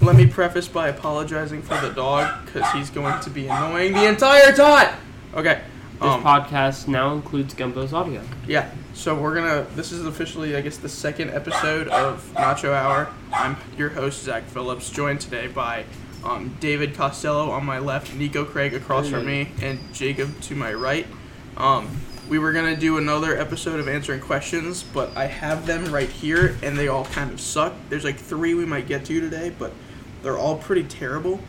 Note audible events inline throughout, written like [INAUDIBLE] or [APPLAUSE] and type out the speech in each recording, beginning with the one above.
Let me preface by apologizing for the dog because he's going to be annoying the entire time. Okay. This Um, podcast now includes Gumbo's audio. yeah. So we're gonna. This is officially, I guess, the second episode of Nacho Hour. I'm your host Zach Phillips, joined today by um, David Costello on my left, Nico Craig across from me, and Jacob to my right. Um, we were gonna do another episode of answering questions, but I have them right here, and they all kind of suck. There's like three we might get to today, but they're all pretty terrible.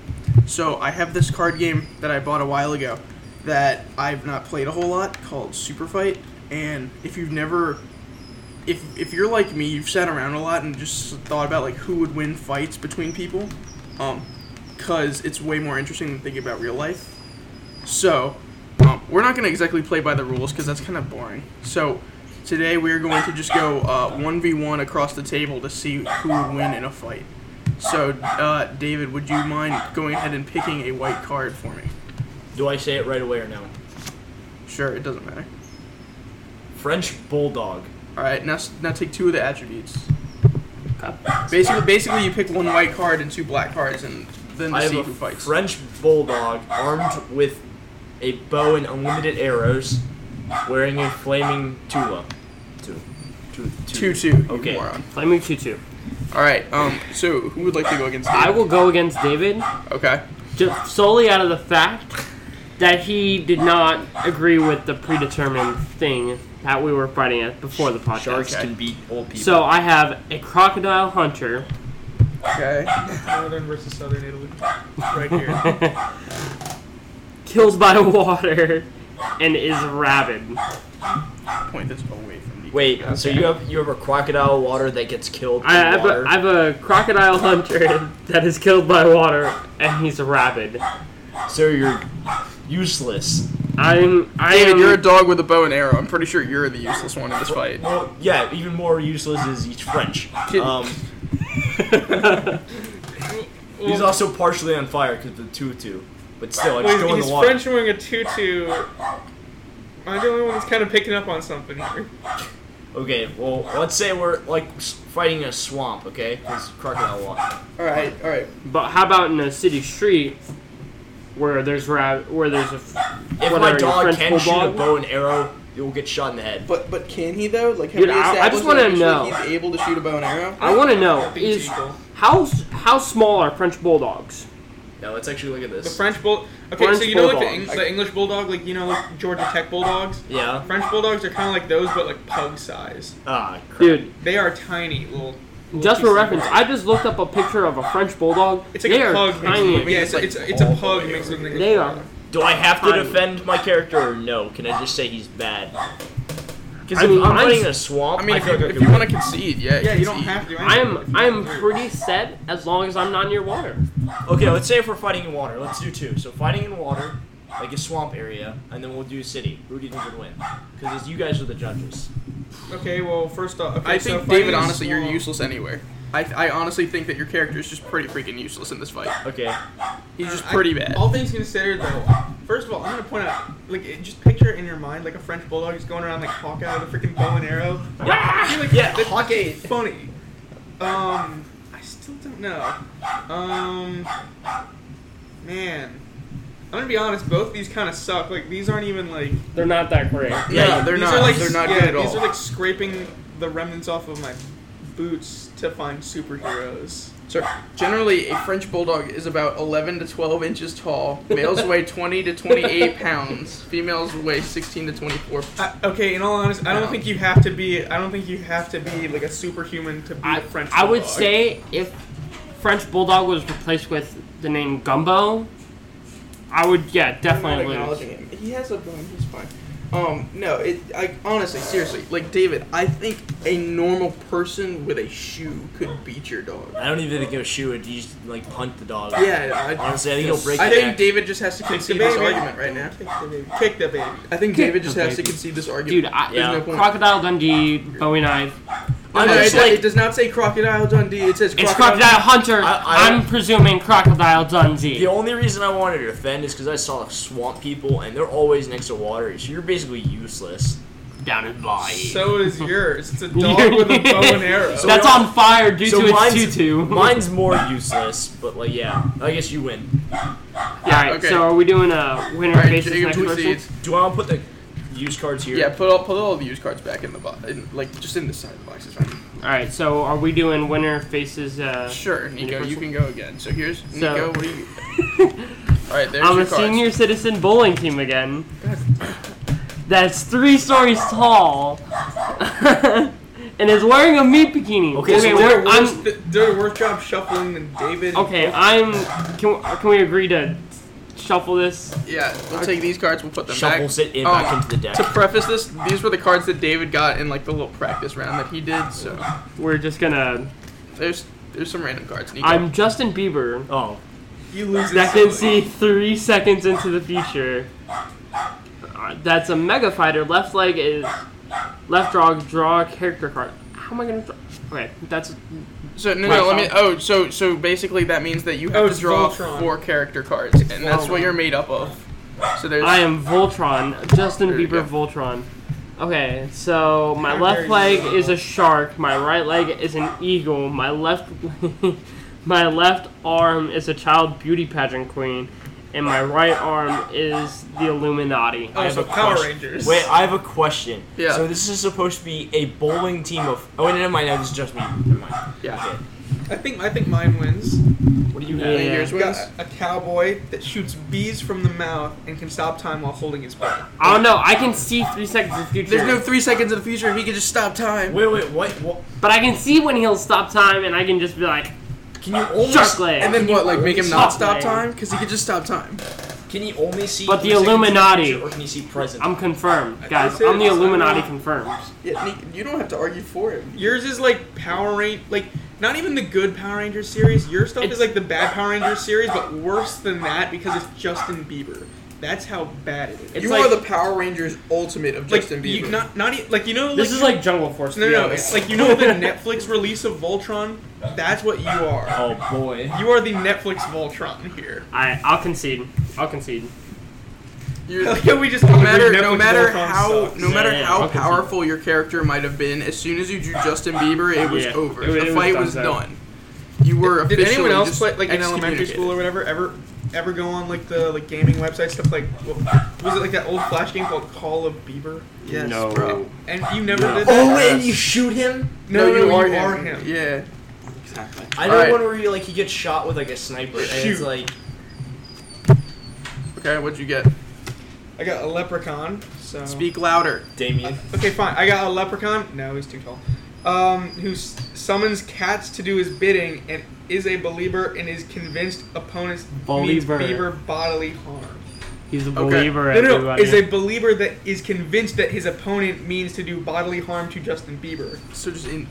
So I have this card game that I bought a while ago that I've not played a whole lot called Super Fight, and if you've never if, if you're like me, you've sat around a lot and just thought about like who would win fights between people, um, cause it's way more interesting than thinking about real life. So, um, we're not gonna exactly play by the rules because that's kind of boring. So, today we're going to just go uh, one v one across the table to see who would win in a fight. So, uh, David, would you mind going ahead and picking a white card for me? Do I say it right away or no? Sure, it doesn't matter. French bulldog. All right, now s- now take two of the attributes. Basically, basically, you pick one white card and two black cards, and then I have see a who fights. French bulldog armed with a bow and unlimited arrows, wearing a flaming tula. Two. Two. two two. Okay. Okay. Moron. Flaming Choo-Choo. All right. Um. So who would like to go against? David? I will go against David Okay. just solely out of the fact that he did not agree with the predetermined thing that we were fighting at before the podcast. Sharks Okay. can beat old people. So I have a crocodile hunter. Okay. Northern versus Southern Italy. Right here. killed by water and is rabid. Point this away from me. wait, so you have you have a crocodile water that gets killed I in have, water? a, I have a crocodile hunter [LAUGHS] that is killed by water and he's rabid. so you're useless. I'm I David, am you're a dog with a bow and arrow. I'm pretty sure you're the useless one in this fight. Well, yeah, even more useless is he's French. Kid- Um, he's also partially on fire because of the tutu. But still, I just go in he's the water. French wearing a tutu. I'm the only one that's kind of picking up on something here. Okay, well, let's say we're like s- fighting a swamp, okay? Because crocodile water. All right. All right. But how about in a city street where there's rab where there's a f- If What my are you, dog French can shoot bulldog? a bow and arrow, you'll get shot in the head. But but can he though? Like, have Dude, we I- I just established wanna that he's- know. He's able to shoot a bow and arrow. I want to know Beats is equal. how s- how small are French bulldogs? Now let's actually look at The this. French bull. Okay, French so you know like bulldog. the, Eng- the English bulldog, like you know like Georgia Tech bulldogs. yeah. French bulldogs are kind of like those, but like pug size. Ah, crap. Dude, They are tiny little. little just for pieces of reference, bark. I just looked up a picture of a French bulldog. It's like they a are pug. mixed tiny. with- Yeah, it's, Like, it's, it's a all the pug way mixed with an English They are. bulldog. Do I have to Fine. defend my character or no? Can I just say he's bad? Because I if mean, I'm mine's- fighting a swamp, I mean, if feel you, like I if could you want to win. concede, yeah. Yeah, you don't concede. have to. do anything if I'm you I'm want to. pretty set as long as I'm not near water. Okay, let's say if we're fighting in water, let's do two. So fighting in water, like a swamp area, and then we'll do city. Who do you think would win? Because you guys are the judges. Okay, well, first off, okay, I so think fighting David, is honestly, you're small. useless anywhere. I, I honestly think that your character is just pretty freaking useless in this fight. Okay. He's just Uh, I- pretty bad. All things considered, though, first of all, I'm gonna point out, like, it- just picture in your mind like a French bulldog is going around like Hawkeye with a freaking bow [LAUGHS] and arrow. Yeah, Like, yeah that's Hawkeye. Funny. Um, I still don't know. Um, man, I'm gonna be honest. Both these kind of suck. Like, these aren't even like. They're not that great. Yeah, they're these not. Are, like, they're not yeah, good at These all. are like scraping the remnants off of my boots to find superheroes. So generally, a French bulldog is about 11 to 12 inches tall. Males weigh 20 to 28 pounds. Females weigh 16 to 24. I, okay, in all honesty, I No. don't think you have to be. I don't think you have to be like a superhuman to be I, a French. I would bulldog. say if French Bulldog was replaced with the name Gumbo, I would yeah I'm not definitely acknowledging lose. him. He has a bone. He's fine. Um, no, it. I honestly, seriously, like David, I think a normal person with a shoe could beat your dog. I don't even think he'll shoot it. You just like punt the dog. Yeah, I, Honestly, I think he'll break. I the think neck. David just has to Kick the concede this baby. argument right now. Kick the baby. Kick the baby. I think David just the has to baby. concede this argument. Dude, I, Yeah. There's no point. Crocodile Dundee, Bowie knife. No, I'm no, it, just does- it like. does not say Crocodile Dundee. It says It's Crocodile Hunter. I- I- I, am presuming Crocodile Dundee. The only reason I wanted to defend is because I saw swamp people, and they're always next to water, so you're basically useless. down his body. So is yours. [LAUGHS] It's a dog with a bow [LAUGHS] and arrow. So- That's we all- on fire due so to its mine's, [LAUGHS] tutu. [LAUGHS] mine's more useless, but like yeah, I guess you win. All right. Okay. So are we doing a winner All right, faces Jacob next person? succeeds. Do I want to put the used cards here? Yeah, put all put all the used cards back in the box, in, like just in the side box. It's fine. All right. So are we doing winner faces? Uh, Sure, any Nico, you person? can go again. So here's Nico. What do you? [LAUGHS] [LAUGHS] All right, there's I'm your a cards. senior citizen bowling team again. That's three stories tall, [LAUGHS] and is wearing a meat bikini. Okay, so we're- They're worse, I'm, th- they're a worse job shuffling than David. Oh, okay. I'm. Can we, can we agree to shuffle this? Yeah, we'll take these cards. We'll put them Shuffles back. it in Um, back into the deck. To preface this, these were the cards that David got in like the little practice round that he did. So We're just gonna. there's there's some random cards. Nico. I'm Justin Bieber. Oh, You lose That can see three seconds into the future. Uh, that's a mega fighter. Left leg is left draw. Draw a character card. How am I gonna draw? Okay, that's so no, Right, no. Let me. um, Oh, so so basically that means that you have Oh, to it's draw Voltron. four character cards, and that's what you're made up of. So there's. I am Voltron, Justin There you Bieber Voltron. Okay, so my How dare left you. leg is a shark, my right leg is an eagle, my left [LAUGHS] my left arm is a child beauty pageant queen, and my right arm is the Illuminati. Oh, I have so a Power question. Rangers. Wait, I have a question. Yeah. So this is supposed to be a bowling team of. Oh, wait, never mind. No, this is just me. Never mind. Yeah. Okay. I think I think mine wins. What do you And have? Yeah. Yours We wins. got a cowboy that shoots bees from the mouth and can stop time while holding his breath. I don't know, I can see three seconds in the future. There's no three seconds in the future, and he can just stop time. Wait, wait, what? what? but I can see when he'll stop time and I can just be like, Can you only? Shark leg. And then what? Like make him Stop not stop time. time? Because he could just stop time. Can he only see? But the three seconds in Illuminati. future, or can he see present? I'm confirmed. I Guys, said I'm the it's- Illuminati confirmed. Yeah, Nick, you don't have to argue for him. Yours is like Power Ranger, like not even the good Power Rangers series. Your stuff It's- is like the bad Power Rangers series, but worse than that because it's Justin Bieber. That's how bad it is. It's you like- are the Power Rangers ultimate of like Justin Bieber. [LAUGHS] you, not not e- like you know This like, is like Jungle Force. to no be no, no honest. it's like you [LAUGHS] know the Netflix release of Voltron. That's what you are. Oh boy. You are the Netflix Voltron here. [LAUGHS] I, I'll concede. I'll concede. You're- Like, yeah, we just no matter, no Netflix matter Voltron how, sucks. no matter Yeah, yeah, how I'll concede. powerful your character might have been, as soon as you drew Justin Bieber, it was Yeah, over. it was- the it was fight done, was so. done. You were Did officially anyone else just play like in elementary school or excommunicated. whatever ever ever go on like the like gaming website stuff like what, was it like that old flash game called Call of Bieber? Yes, No. bro. And you never No. Oh, did that. and you shoot him? no, you, are, him. Yeah. Exactly. I know Alright. one where you like he gets shot with like a sniper, and Shoot. it's like Okay, what'd you get? I got a leprechaun. So Speak louder. Damien. Okay, fine. I got a leprechaun. No, he's too tall. Um, who s- summons cats to do his bidding and is a believer and is convinced opponents means Believer. Bieber bodily harm. He's a Okay. believer. No, no, no, everybody. is a believer that is convinced that his opponent means to do bodily harm to Justin Bieber. So just in,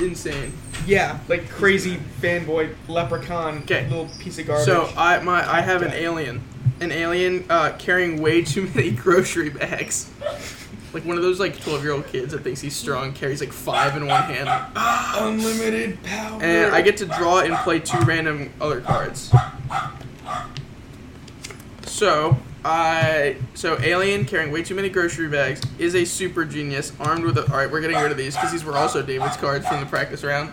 insane. Yeah, like crazy fanboy leprechaun, Okay. little piece of garbage. So I my I have an Okay. alien, an alien uh, carrying way too many [LAUGHS] grocery bags, like one of those like twelve year old kids that thinks he's strong carries like five in one hand, unlimited power. and I get to draw and play two random other cards. So I so alien carrying way too many grocery bags is a super genius armed with a all right we're getting rid of these because these were also David's cards from the practice round.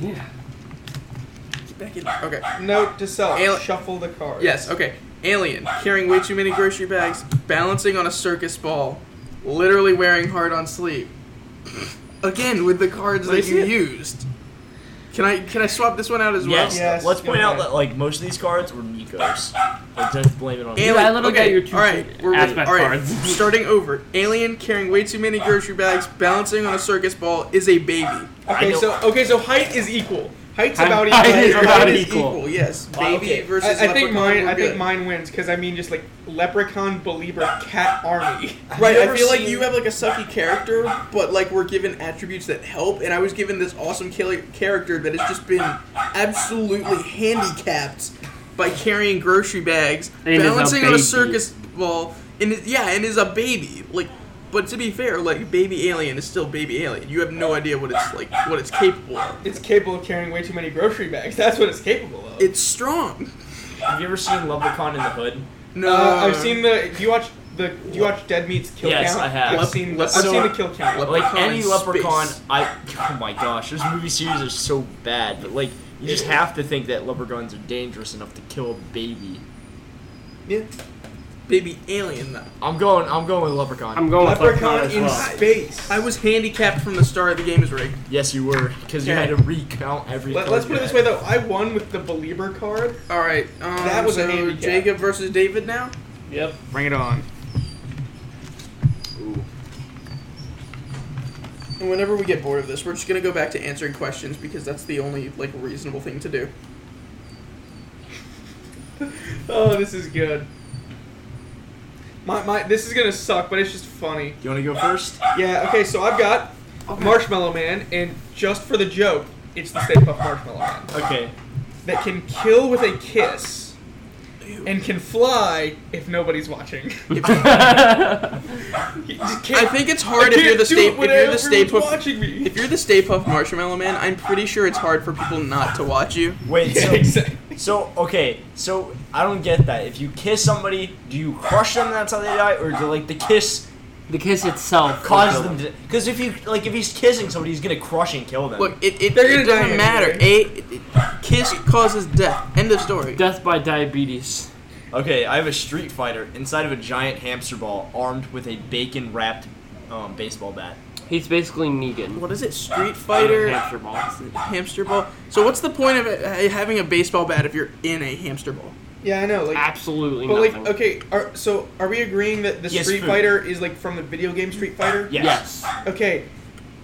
yeah. Back in okay. note to self: Ale- shuffle the cards. Yes, okay. Alien, carrying way too many grocery bags, balancing on a circus ball, literally wearing hard on sleep. Again, with the cards Let me that see you it. used. Can I can I swap this one out as well? Yes. Yes, Let's go point out ahead. that like most of these cards were Nico's. Like, don't blame it on Alien, Yeah, I literally okay, got your two all right, we're, aspect all right, cards. starting over. Alien carrying way too many grocery bags, balancing on a circus ball is a baby. I Okay, know- so okay, so height is equal. Height's Height- about height equal. is Height about Is equal. yes. Wow, Baby okay. versus I, I think leprechaun, mine. we're I think good. mine wins because I mean just like leprechaun believer cat army. [LAUGHS] Right, you I ever feel like seen- you have like a sucky character, but like we're given attributes that help, and I was given this awesome killer character that has just been absolutely handicapped by carrying grocery bags, And is a balancing on a baby. circus ball, and is, yeah, and is a baby. Like, but to be fair, like baby alien is still baby alien. You have no idea what it's like, what it's capable of. It's capable of carrying way too many grocery bags. That's what it's capable of. It's strong. Have you ever seen Leprechaun in the Hood? No, uh, uh, I've Uh, seen the. You watch the do you watch Dead Meat's Kill Yes, Count? I have. I've seen, Let's- I've so- seen the Kill Count. Let- [LAUGHS] Like any Leprechaun in leprechaun, space. I [LAUGHS] oh my gosh, those movie series are so bad. But like, you just have to think that leprechauns are dangerous enough to kill a baby. yeah. Baby alien though. I'm going. I'm going with leprechaun. I'm going with Leprechaun Leprechaun Oh, as in well. space. I was handicapped from the start. The game is rigged. yes, you were because you Okay. had to recount every. Let, card let's you put it this had. way though, I won with the Belieber card. All right. Um, That was a so handicap. Jacob versus David now. Yep. Bring it on. And whenever we get bored of this, we're just gonna go back to answering questions because that's the only like reasonable thing to do. [LAUGHS] Oh, this is good. My, my, this is gonna suck, but it's just funny. You want to go first? Yeah, okay, so I've got Marshmallow Man, and just for the joke, it's the Stay Puft Marshmallow Man. Okay. [LAUGHS] That can kill with a kiss, and can fly if nobody's watching. [LAUGHS] You just can't- I think it's hard I if you're the can't do state it if when you're the state everyone's puff watching me. if you're the Stay Puff Marshmallow Man. I'm pretty sure it's hard for people not to watch you. Wait. [LAUGHS] Yeah, So, exactly. so okay. So I don't get that. If you kiss somebody, do you crush them? That's how they die, or do like the kiss The kiss itself cause them to? Because if you like, if he's kissing somebody, he's gonna crush and kill them. Look, it, it, They're gonna it die doesn't matter. A anyway. it- it- kiss causes death. End of story. death by diabetes. Okay, I have a Street Fighter inside of a giant hamster ball, armed with a bacon wrapped um, baseball bat. He's basically Negan. What is it? Street Fighter Hamster ball. hamster ball. So what's the point of it, ha- having a baseball bat if you're in a hamster ball? yeah, I know. Like, Absolutely but nothing. like, okay, are, so are we agreeing that the Yes, Street food. Fighter is like from the video game Street Fighter? Yes. Yes. Okay,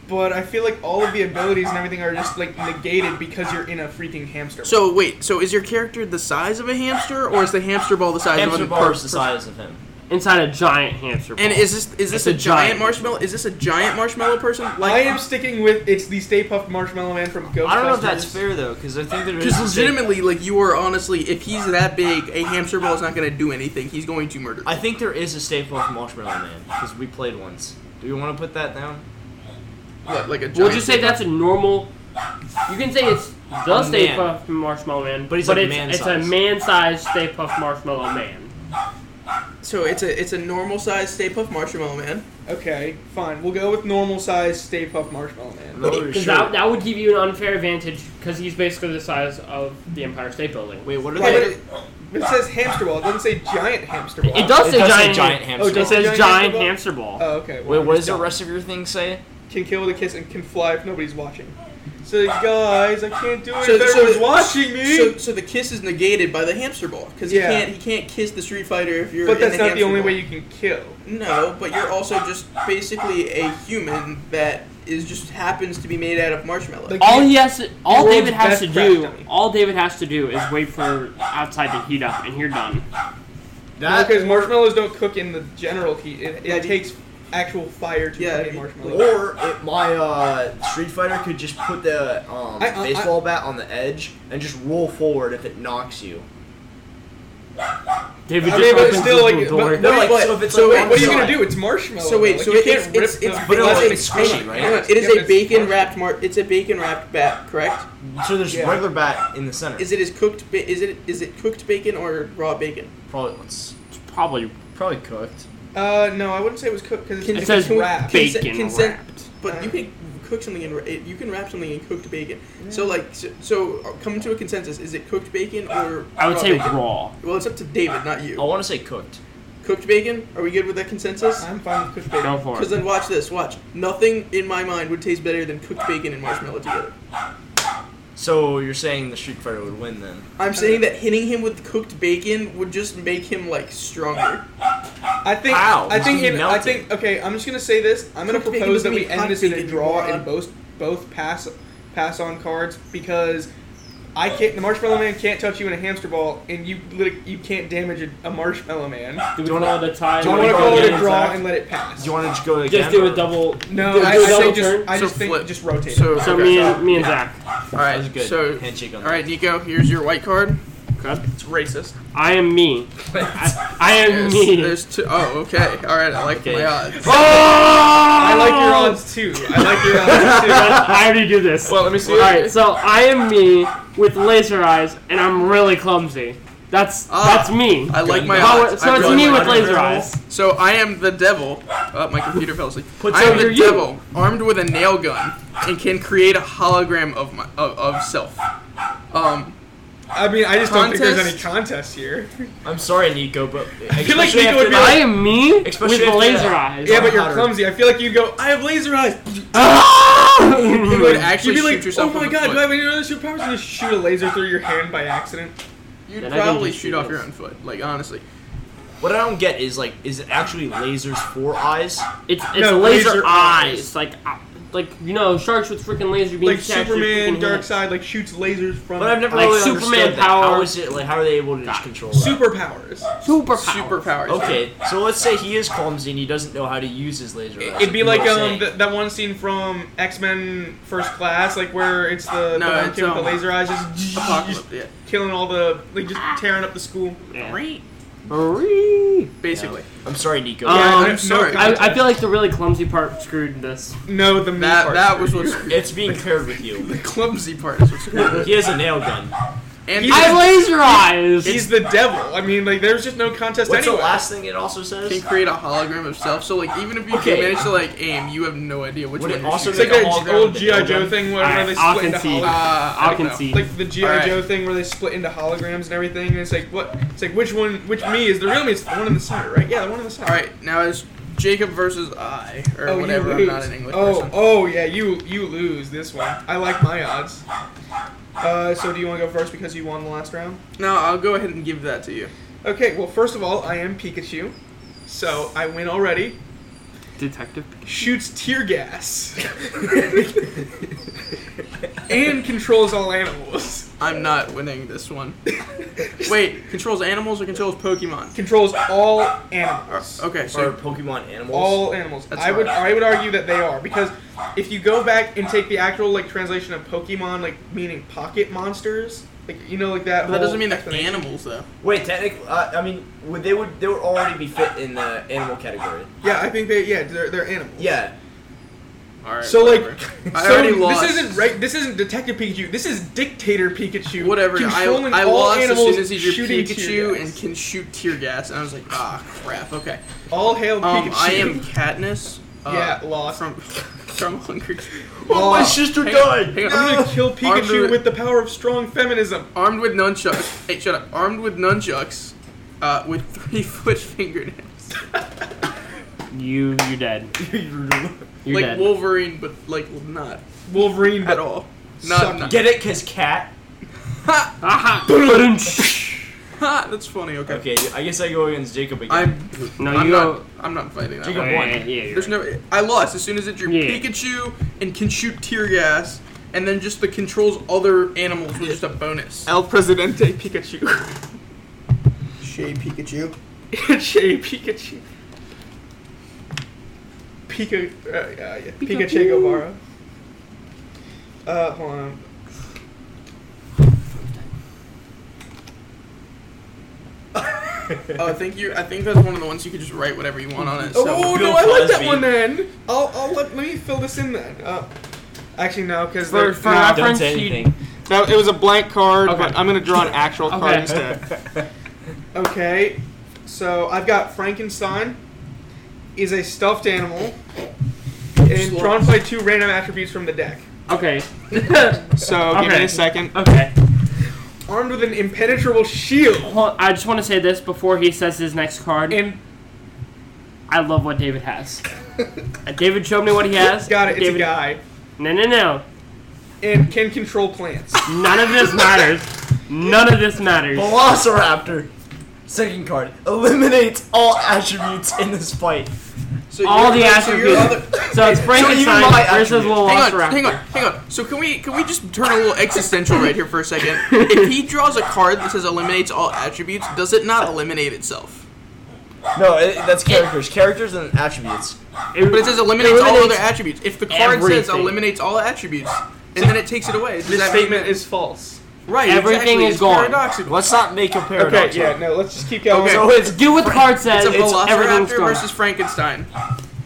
but I feel like all of the abilities and everything are just like negated because you're in a freaking hamster. So wait, so is your character the size of a hamster, or is the hamster ball the size Hamster of a ball per- is the size of him. Inside a giant hamster ball. And is this is this It's a, a giant, giant. marshmallow? Is this a giant marshmallow person? Like I am sticking with it's the Stay Puft Marshmallow Man from Ghostbusters. I don't know if that's fair though, because I think there is. Because legitimately, like you are honestly, if he's that big, a hamster ball is not going to do anything. He's going to murder. I think there is a staple of Marshmallow Man because we played once. Do we want to put that down? What, like a We'll giant just say that's a normal. You can say it's the A Stay man. Puft Marshmallow Man, But he's like it's, man it's a size. man-sized Stay Puft Marshmallow Man. So it's a it's a normal sized Stay Puft Marshmallow Man. Okay, fine. We'll go with normal size Stay Puft Marshmallow Man. No, Because sure. that, that would give you an unfair advantage because he's basically the size of the Empire State Building. Wait, what are Okay, they? but it, but it says hamster ball. It doesn't say giant hamster ball. It does It say does say giant, giant hamster It ball. says Giant giant hamster hamster ball. Oh, okay. well, Wait, what I'm does the just rest of your thing say? dumb. Can kill with a kiss and can fly if nobody's watching. So guys, I can't do it So- if so everyone's the- watching me. So so the kiss is negated by the hamster ball because Yeah. he can't he can't kiss the Street Fighter if you're. but in that's not the hamster only ball. way you can kill. No, but you're also just basically a human that is just happens to be made out of marshmallow. Like- all he has, to, all World's David has best to crash do, dummy. all David has to do is wait for outside to heat up, and you're done. because marshmallows don't cook in the general heat. It, Yeah, it the- takes actual fire to Yeah, cook a it- marshmallow. Or it, my uh, Street Fighter could just put the um, I- I- baseball bat on the edge and just roll forward if it knocks you. David I just mean, but opens still, the like, door. but- No, Wait, like what? so if it's So like wait, on what are the you gonna side. do? It's marshmallow. So wait, Oh, Like, so you it- can't it's rip it's, the it's But it like- was plastic squishy, coating. right? Hang on, It is Yeah, but a it's bacon marshmallow. wrapped mar. It's a bacon wrapped bat, correct? So there's Yeah. regular bat in the center. Is it is cooked? Ba- is it is it cooked bacon or raw bacon? probably it's It's probably probably cooked? Uh, no, I wouldn't say it was cooked because Can- it's, it it's says wrapped. Conse- bacon consent- wrapped. But Uh. you can cook something in. ra- it- You can wrap something in cooked bacon. So like, so, so uh, come to a consensus: is it cooked bacon or? I would raw say bacon? raw. Oh. Well, it's up to David, not I you. want to say cooked. Cooked bacon? Are we good with that consensus? Uh-huh. I'm fine with cooked Go bacon. for Because it. then watch this. Watch. Nothing in my mind would taste better than cooked bacon and marshmallow together. So you're saying the Street Fighter would win then? I'm saying that hitting him with cooked bacon would just make him like stronger. I think. How? I think. Just In, I melt think. Okay, I'm just gonna say this. I'm gonna Cooked bacon propose that doesn't we mean end hot this in a bacon, draw moron. in both both pass pass on cards because I can't. The marshmallow man can't touch you in a hamster ball, and you lit- you can't damage a, a marshmallow man. I Do we call it a tie? Do you want wanna to go call it a again, draw Zach? and let it pass. Do you want to just go again? Just do or- a double. no, Do- I, do I a say double just. turn? I So just think flip. just rotate. it. So, So okay. me and me and Zach. all right. That was good. So Handshake on all right, Nico. Here's your white card. Okay. It's racist. I am me. I, I am There's, me. there's two oh, okay. All right. I like Okay. Oh. my odds. Oh! I I like your odds too. I like your [LAUGHS] odds [LAUGHS] too. I already do this. Well, let me see. All right, so I am me with laser eyes, and I'm really clumsy. That's Ah, that's me. I like my Power- odds. so I it's really me like with my laser odds. eyes. So I am the devil. Uh, my computer fell asleep. Put I some- am the You're you. devil, armed with a nail gun, and can create a hologram of my of, of self. Um, I mean, I just don't think there's Contest? any contest here. [LAUGHS] I'm sorry, Nico, but I feel like Nico would be I am me with Especially the after laser that. eyes. yeah, but you're hotter. clumsy. I feel like you'd go. I have laser eyes. you would Ah! actually you'd be shoot like, yourself. oh my in the god, foot. do I have any other superpowers? And just shoot a laser through your hand by accident. You'd Then I can probably just shoot do off this. your own foot. Like honestly, What I don't get is like, is it actually lasers for eyes? [LAUGHS] It's it's No, laser, laser eyes. eyes. Like uh, like you know sharks with freaking laser beams. Like can actually Superman, freaking Dark hit. Side, like shoots lasers from. But I've never Like really Superman understood that. power. How is it like? How are they able to just control that? superpowers. Superpower. superpowers. Okay, so let's say he is clumsy and he doesn't know how to use his laser. eyes. It'd be You like were um saying. th- that one scene from X Men First Class, like where it's the, No, the one it's, kid with the um, laser eyes just, Apocalypse. Um, just Yeah. killing all the like just tearing up the school. Yeah. Hurry. Basically, I'm sorry, Nico. Um, Yeah, I'm no sorry. con- I, I feel like the really clumsy part screwed this. No, the mean that part. that was what's screwed. it's being paired with you. The clumsy part is what's screwed. He has a nail gun. And He's- I have laser eyes. He's the devil. I mean, like there's just no contest What's the anyway. last thing it also can says? create a hologram of self. So like, even if you Okay. can manage to like aim, you have no idea which Would one it you're also it's shooting. like make a that hologram old of the GI Joe building? thing where, where Alright, they I'll split into concede. holograms. Uh, I'll I don't know. concede. Like the GI Alright. Joe thing where they split into holograms and everything, and it's like what? It's like which one? Which me is the real me? It's the one on the side, right? Yeah, the one on the side. Oh, All right, now it's Jacob versus I or you whatever. I'm lose. not an English oh, person. Oh, yeah, you you lose this one. I like my odds. Uh, so do you want to go first because you won the last round? No, I'll go ahead and give that to you. Okay. Well, first of all, I am Pikachu, so I win already. Detective. Shoots tear [LAUGHS] gas and controls all animals. I'm not winning this [LAUGHS] one. Wait, controls animals or controls Pokemon? Controls all animals. Okay, Or so Pokemon animals. All animals. That's I would hard. I would argue that they are because if you go back and take the actual like translation of Pokemon, like meaning pocket monsters, like you know like that. that doesn't whole mean they're explanation. animals though. Wait, technically, uh, I mean, would they would they would already be fit in the animal category? Yeah, I think they yeah they're, they're animals. Yeah. All right. So like, [LAUGHS] I so already lost. This isn't right. This isn't Detective Pikachu. This is Dictator Pikachu. Whatever. I, Controlling I all lost as animals, soon as he drew shooting tear Pikachu gas. and can shoot tear gas, and I was like, ah, crap. Okay. all hail Um, Pikachu. I am Katniss. Uh, Yeah, lost. from [LAUGHS] from Hunger Games. Oh, my sister hang on, died! hang on. I'm gonna kill Pikachu Armor- with the power of strong [LAUGHS] feminism. Armed with nunchucks. Hey, shut up. Armed with nunchucks, uh, with three [LAUGHS] foot fingernails, You you dead. You're like dead. Wolverine, but like not Wolverine at but all. Suck Not, not Get it, cause cat. ha, Aha. [LAUGHS] ha, that's funny. Okay. Okay, I guess I go against Jacob again. [LAUGHS] I'm. no, I'm you not. go. Oh, I'm not fighting that. Jacob- One. Yeah, one. yeah, yeah, you're There's right. no. I lost as soon as it drew Yeah. Pikachu and can shoot tear gas, and then just the controls other animals was just a bonus. El Presidente Pikachu. Shay [LAUGHS] Pikachu. Che Pikachu. Pika, uh, yeah, yeah. Pikachu Guevara. Uh, hold on. Oh, I think you. I think that's one of the ones you could just write whatever you want on it. Oh, So. oh, Bill no, I like that Cosby. one then. I'll, I'll let, let me fill this in then. Uh, actually, no, because For- for no, our- Don't say French- anything. no, it was a blank card, Okay. but I'm gonna draw an actual card Okay. instead. [LAUGHS] Okay, so I've got Frankenstein is a stuffed animal, and Slow. drawn by two random attributes from the deck. Okay. So give me Okay. a second. Okay. Armed with an impenetrable shield. Hold, I just want to say this before he says his next card. And I love what David has. Uh, David showed me what he has. got it, it's a David, guy. No, no, no. And can control plants. None of this matters. None of this matters. Oh, Velociraptor. Second card eliminates all attributes in this fight. So All you're- the so you're attributes. other- So it's Frankenstein my versus attribute. Hang on, Velociraptor. hang on, hang on. So can we can we just turn a little existential right here for a [LAUGHS] second? If he draws a card that says eliminates all attributes, does it not eliminate itself? No, it, that's characters. Characters and attributes. It, But it says eliminates, all eliminates- other attributes. If the card says everything. eliminates all attributes, and then it takes it away, does This that mean statement that- is false. right? everything exactly, is it's gone. Paradoxical. Let's not make a paradox. Okay, yeah, no, let's just keep going. Okay. So it's Do what the card It's says. a It's, everything's Velociraptor gone. versus Frankenstein.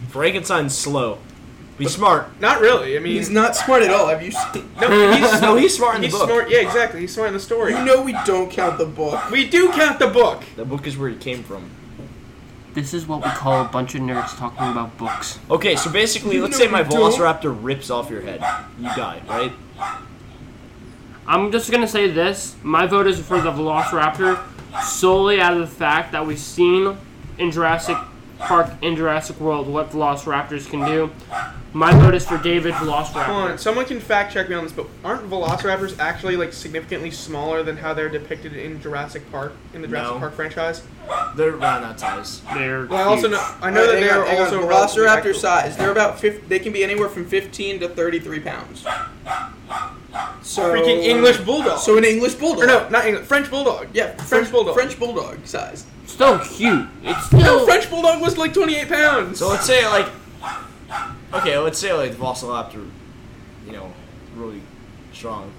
Frankenstein's slow. Be smart. Not really. I mean, He's not smart at all. Have you seen? No, he's, [LAUGHS] No, he's smart in the he's book. smart. Yeah, exactly. He's smart in the story. You know we don't count the book. We do count the book. The book is where he came from. This is what we call a bunch of nerds talking about books. Okay, so basically, let's No, say my you don't. Velociraptor rips off your head. You die, right? I'm just gonna say this. My vote is for the Velociraptor solely out of the fact that we've seen in Jurassic Park in Jurassic World what Velociraptors can do. My vote is for David Come on, Velociraptor. someone can fact check me on this, but aren't Velociraptors actually like significantly smaller than how they're depicted in Jurassic Park in the Jurassic No. Park franchise? They're around that size. They're Well, I also huge. know I know that Alright, hang they're on, hang on. also Velociraptor relatively- size. They're about 50, they can be anywhere from 15 to 33 pounds. So Freaking English bulldog. So an English bulldog. or no, not English, French bulldog. Yeah, French, bulldog. French bulldog size. still huge. It's No, still French bulldog was like 28 pounds. So let's say like, okay, let's say like the Velociraptor, you know, really strong.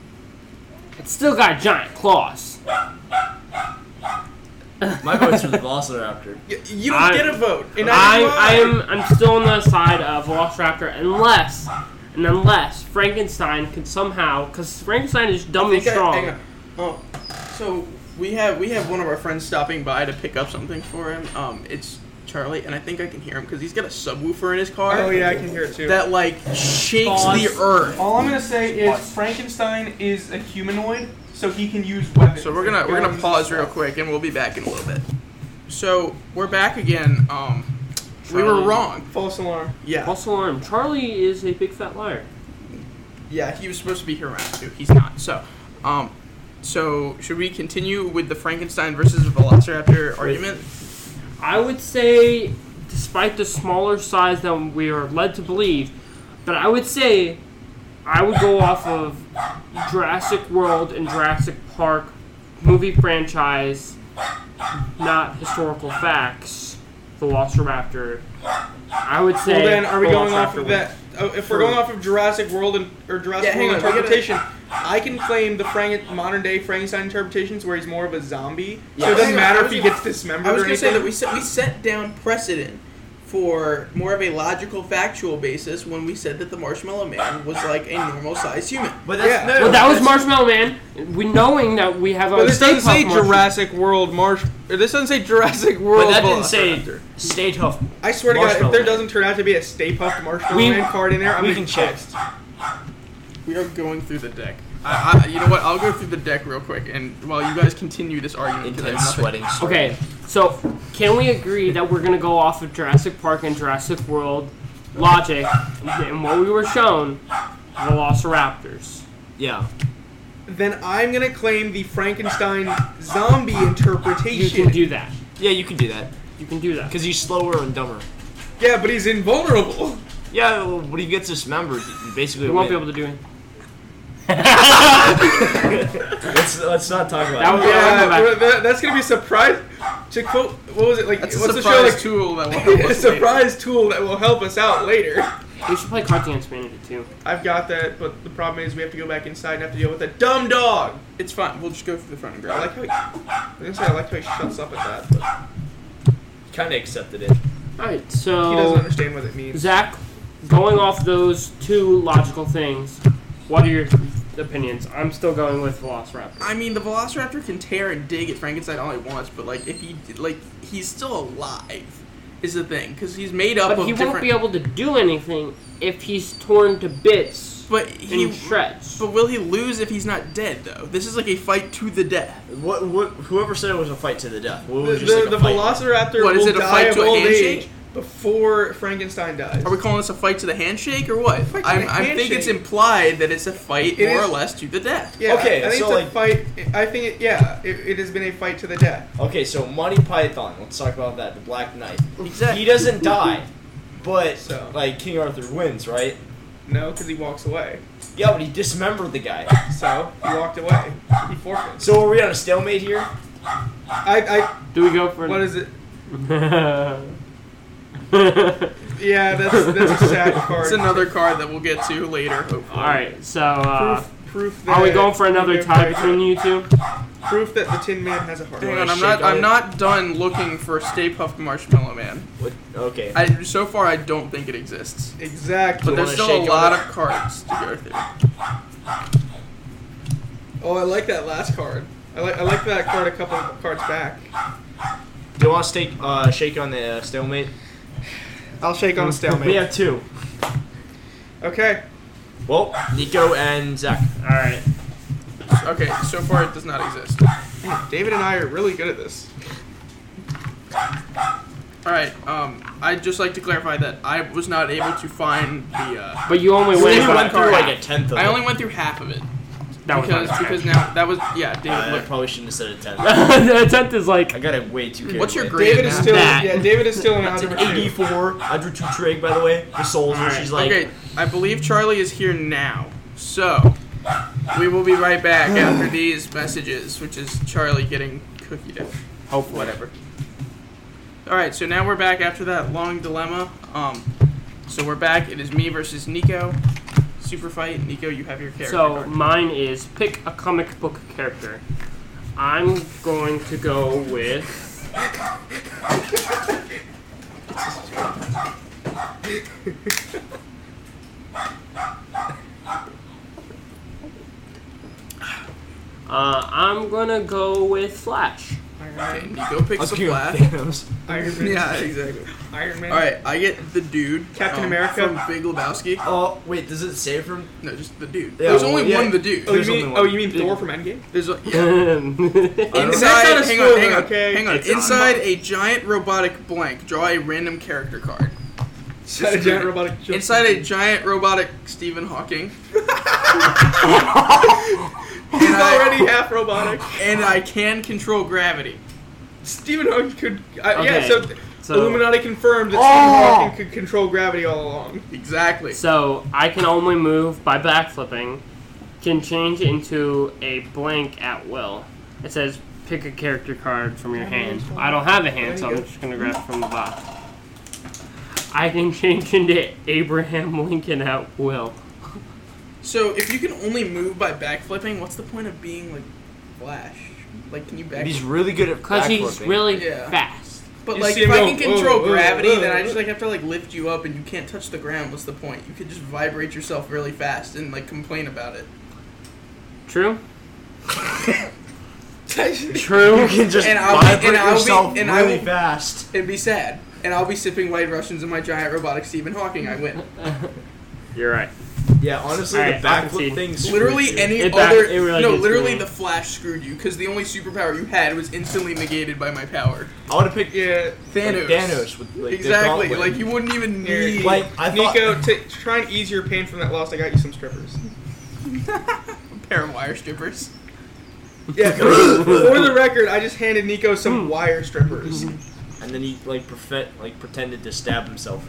it's still got giant claws. My vote's for the Velociraptor. Y- you don't I- get a vote. And I, do I am I'm still on the side of Velociraptor unless and unless Frankenstein could somehow because Frankenstein is dumb and Think I- strong. hang on. Oh, so we have we have one of our friends stopping by to pick up something for him. Um, it's Charlie, and I think I can hear him because he's got a subwoofer in his car. Oh yeah, I can hear it too. That like shakes the Pause. earth. All I'm gonna say is Frankenstein is a humanoid, so he can use weapons. So we're gonna we're gonna pause real quick, and we'll be back in a little bit. So we're back again. Um, we were Charlie. wrong. False alarm. Yeah, False alarm. Charlie is a big fat liar. yeah. He was supposed to be here around two. He's not. So, um, so should we continue with the Frankenstein versus Velociraptor argument? I would say, despite the smaller size than we are led to believe, but I would say I would go off of Jurassic World and Jurassic Park movie franchise, not historical facts. Velociraptor. I would say. Well then, are we going off Velociraptor of wins. that? Oh, if we're going off of Jurassic World and or Jurassic Yeah, hang World on, we gotta- interpretation, I can claim the Frank- modern day Frankenstein interpretations where he's more of a zombie. Yeah. So Hang it doesn't on, I matter was if he gonna- gets dismembered. I was or gonna say that anything. we set, we set down precedent for more of a logical, factual basis when we said that the Marshmallow Man was like a normal-sized human. But that's Yeah. no. Well, that was that's- Marshmallow Man. We knowing that we have a. But Oh, this Stay doesn't say Puft Marshmallow- Jurassic World Marsh. or This doesn't say Jurassic World. But that didn't Velociraptor. say stay tough. I swear to God, if Marshmallow there Man. doesn't turn out to be a Stay Puft Marshmallow We- Man card in there, I'm we gonna can be check. pissed. We are going through the deck. I, I, you know what? I'll go through the deck real quick, and while you guys continue this argument, 'cause I have Intense nothing- sweating. story. Okay, so can we agree that we're gonna go off of Jurassic Park and Jurassic World logic and what we were shown, Velociraptors? Yeah. Then I'm gonna claim the Frankenstein zombie interpretation. You can do that. Yeah, you can do that You can do that. because he's slower and dumber. yeah, but he's invulnerable. Yeah, well, when he gets dismembered, he basically You won't be able to [LAUGHS] do it. [LAUGHS] Let's let's not talk about. That it. was- Yeah, I'll come but that, that's gonna be a surprise. To quote, what was it like? That's a what's the show surprise like? tool that will [LAUGHS] help [LAUGHS] a us later. surprise tool that will help us out later. We should play cards against humanity too. I've got that, but the problem is we have to go back inside and have to deal with that dumb dog. It's fine. We'll just go through the front and I grab. like how he, I was gonna say I like how he shuts up at that, but kind of accepted it. All right, he doesn't so understand what it means. Zach, going off those two logical things, what are your opinions? I'm still going with Velociraptor. I mean, the Velociraptor can tear and dig at Frankenstein all he wants, but like, if he did- like, he's still alive, is the thing, because he's made up But of he different. won't be able to do anything if he's torn to bits but he. and shreds. But will he lose if he's not dead though? This is like a fight to the death. What, what? Whoever said it was a fight to the death? What The, was just the, like the a fight? Velociraptor What, will is it a die fight of to an old age handshake? before Frankenstein dies. Are we calling this a fight to the handshake or what? Fight to I'm, the I think it's handshake. implied that it's a fight It more is- or less to the death. yeah, Okay, I think so, it's a like- fight. I think it, yeah, it, it has been a fight to the death. Okay, so Monty Python. Let's talk about that. The Black Knight. Exactly. He doesn't die, but So. like King Arthur wins, right? No, because he walks away. Yeah, but he dismembered the guy. So he walked away. He forfeits. So are we on a stalemate here? I, Do we go for I, what is it? All Yeah, that's that's [LAUGHS] a sad card. It's another card that we'll get to later. Hopefully. right, so uh, proof, proof that are we going for you another don't tie break between you two? it. Proof that the Tin Man has a heart. Hang wanna on, I'm shake not. on I'm it? not done looking for Stay Puft Marshmallow Man. What? Okay. I so far I don't think it exists, Exactly. but wanna there's still a shake on lot it? of cards to go through. Oh, I like that last card. I like I like that card a couple of cards back. Do you want to stake, uh, shake on the uh, stalemate? I'll shake on a stalemate. We have two. Okay. Well, Nico and Zach. All right. Okay, so far it does not exist. Man, David and I are really good at this. All right. Um, I'd just like to clarify that I was not able to find the. Uh, But you only You win only by went through, half. like, a tenth of I it. only went through half of it that was because not okay. because now that was yeah. David, Uh, I look. probably shouldn't have said a tenth. [LAUGHS] [LAUGHS] the tenth is I like got it way too carried What's your away. grade David now? is still That. yeah. David is still in It's an algebra two. 84. I drew two trig, by the way. The souls, where Alright. she's like, okay, I believe Charlie is here now. So, we will be right back after these messages, which is Charlie getting cookie dough. hopefully Oh, Whatever. All right, so now we're back after that long dilemma. Um, so we're back. It is me versus Nico. Super fight. Nico, you have your character So card. mine is pick a comic book character. I'm going to go with. [LAUGHS] Uh, I'm gonna go with Flash. [LAUGHS] Okay, Nico picks the "Fuck you, flash. Thanos." Iron [LAUGHS] Man. Yeah, exactly. Iron Man. All right, I get the dude. Captain um, America? from Big Lebowski. Oh, wait, does it say from? No, just the dude. Yeah, There's well, only yeah. one. The dude. Oh, you There's only mean one. oh you mean Thor from Endgame? There's a, yeah. yeah. don't Inside, know. That's not a hang on, hang spoiler, on, okay? hang on. It's Inside a giant robotic blank, draw a random character card. Inside a giant robotic. Inside a giant robotic Stephen Hawking, [LAUGHS] He's and I- already half robotic. and I can control gravity. Stephen Hawking could. I Yeah. Okay, so- So, Illuminati confirmed that Oh! Stephen Hawking could control gravity all along. [LAUGHS] Exactly. So I can only move by backflipping, can change into a blank at will. It says pick a character card from your hand. I don't have a hand, so I'm just gonna grab it from the box. I can [LAUGHS] change into Abraham Lincoln at will. So if you can only move by backflipping, what's the point of being like Flash? Like, can you back? He's really good at Because he's backflipping. really Yeah. fast. But You like, see if him I go, can control "Whoa, whoa, gravity, whoa." then I just like have to like lift you up, and you can't touch the ground. What's the point? You could just vibrate yourself really fast and like complain about it. [LAUGHS] True? True. [LAUGHS] You can just And and I'll be- vibrate and I'll be- yourself and I really will- fast. It'd be sad, and I'll be sipping White Russians in my giant robotic Stephen Hawking. I win. You're right. Yeah, honestly, Alright, the I can see. backflip thing. screwed literally you. any It back- other it really no, did literally screw me. the Flash screwed you because the only superpower you had was instantly negated by my power. I would have picked Yeah. Thanos. Like Thanos with like, the exactly. gauntlet. Like you wouldn't even Yeah. need. Like I thought. Nico, to, to try and ease your pain from that loss, I got you some strippers. pair of wire strippers. [LAUGHS] Yeah. For the record, I just handed Nico some wire strippers. and then he like perfect, like pretended to stab himself.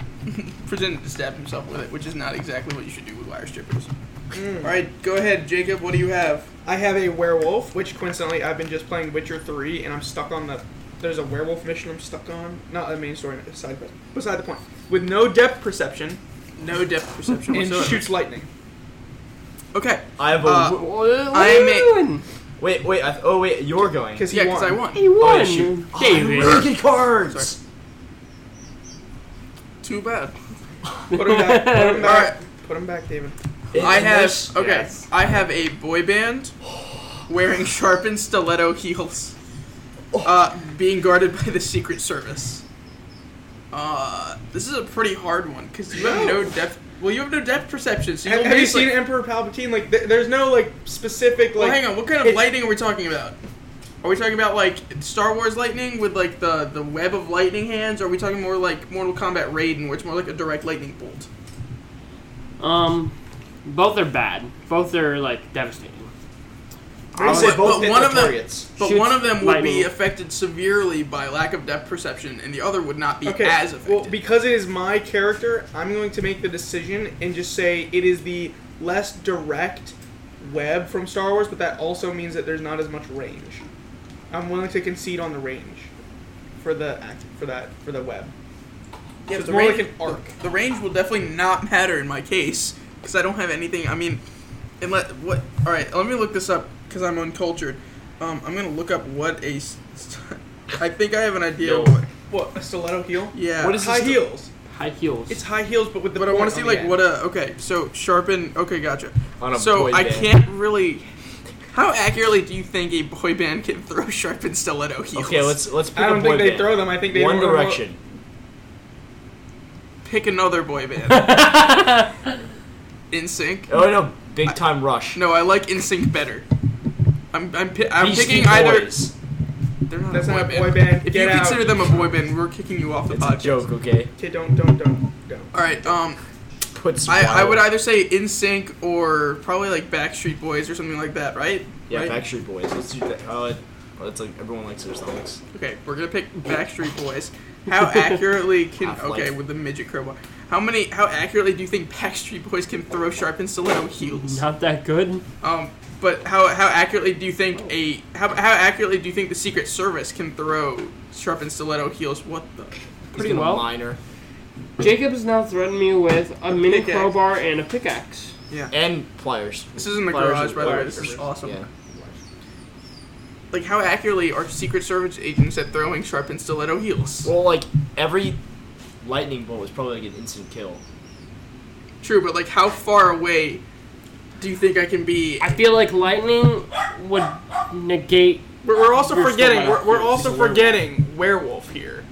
Pretended to stab himself with it, which is not exactly what you should do with wire strippers. All right, go ahead, Jacob. What do you have? Mm. I have a werewolf, which coincidentally I've been just playing Witcher three, and I'm stuck on the. There's a werewolf mission I'm stuck on. Not a main story side, but beside the point. With no depth perception No depth perception and whatsoever. shoots lightning. Okay. I have a Uh, w- I'm a- won. wait, wait. I th- oh wait, you're going. Because he Yeah, won. because I won. He Oh, won. shoot. Oh, David. really good cards. Too bad. Put him back. Put him back. Alright. Put him back, David. In- I in have this- okay. Yes. I have a boy band [GASPS] wearing sharpened stiletto heels, uh, being guarded by the Secret Service. Uh, this is a pretty hard one because you have no depth. Well, you have no depth perception. So you Have, don't have you base, like- seen Emperor Palpatine? Like, th- there's no like specific Well, like. hang on. What kind of it's- lightning are we talking about? Are we talking about like Star Wars lightning with like the the web of lightning hands? Or are we talking more like Mortal Kombat Raiden, where it's more like a direct lightning bolt? [LAUGHS] Um, both are bad. Both are like devastating. I would say But- both but hit one the of them- targets. But Shoots one of them would be lightning. affected severely by lack of depth perception, and the other would not be Okay. as affected. well, because it is my character, I'm going to make the decision and just say it is the less direct web from Star Wars, but that also means that there's not as much range. I'm willing to concede on the range for the act for that for the web. Yeah, So but it's the more range, like an arc. The, the range will definitely not matter in my case because I don't have anything. I mean, unless what? All right, let me look this up because I'm uncultured. Um, I'm gonna look up what a. s- [LAUGHS] I think I have an idea. Yo. What, What a stiletto heel? yeah. What is high this- heels. High heels. [LAUGHS] It's high heels, but with the. But I want want to see like what a. Okay, so sharpen. Okay, gotcha. On a so boy I band. can't really. How accurately do you think a boy band can throw sharpened stiletto heels? Okay, let's let's pick I a don't boy think they band. throw them. I think they One don't know- Direction. pick another boy band. In sync. Oh no, Big Time Rush. No, I like In Sync better. I'm I'm, pi- I'm Beastie picking either. Boys. They're not That's a boy not a band. boy band. If Get you out. consider them a boy band, we're kicking you off the It's podcast. a joke, okay? Okay, don't don't don't don't. All right. Um, Put I, I Smile. would either say In Sync or probably like Backstreet Boys or something like that, right? Yeah, right? Backstreet Boys. Let's do that. Oh, it- oh, it's like everyone likes their songs. Okay, we're gonna pick Backstreet Boys. [LAUGHS] How accurately can Half-Life. okay with the midget crowbar? How many? How accurately do you think Backstreet Boys can throw sharpened stiletto heels? not that good. Um, but how how accurately do you think a how how accurately do you think the Secret Service can throw sharpened stiletto heels? What the? Pretty He's gonna well. Minor. Jacob has now threatened me with a mini pickaxe. crowbar and a pickaxe. Yeah. And pliers. This is in the Pliers garage, and by the way. pliers. This is awesome. Yeah. Like, how accurately are Secret Service agents at throwing sharpened stiletto heels? Well, like every lightning bolt is probably like an instant kill. True, but like, how far away do you think I can be? I feel like lightning would negate. But we're also You're forgetting. still We're, we're out. also He's a werewolf. forgetting werewolf here.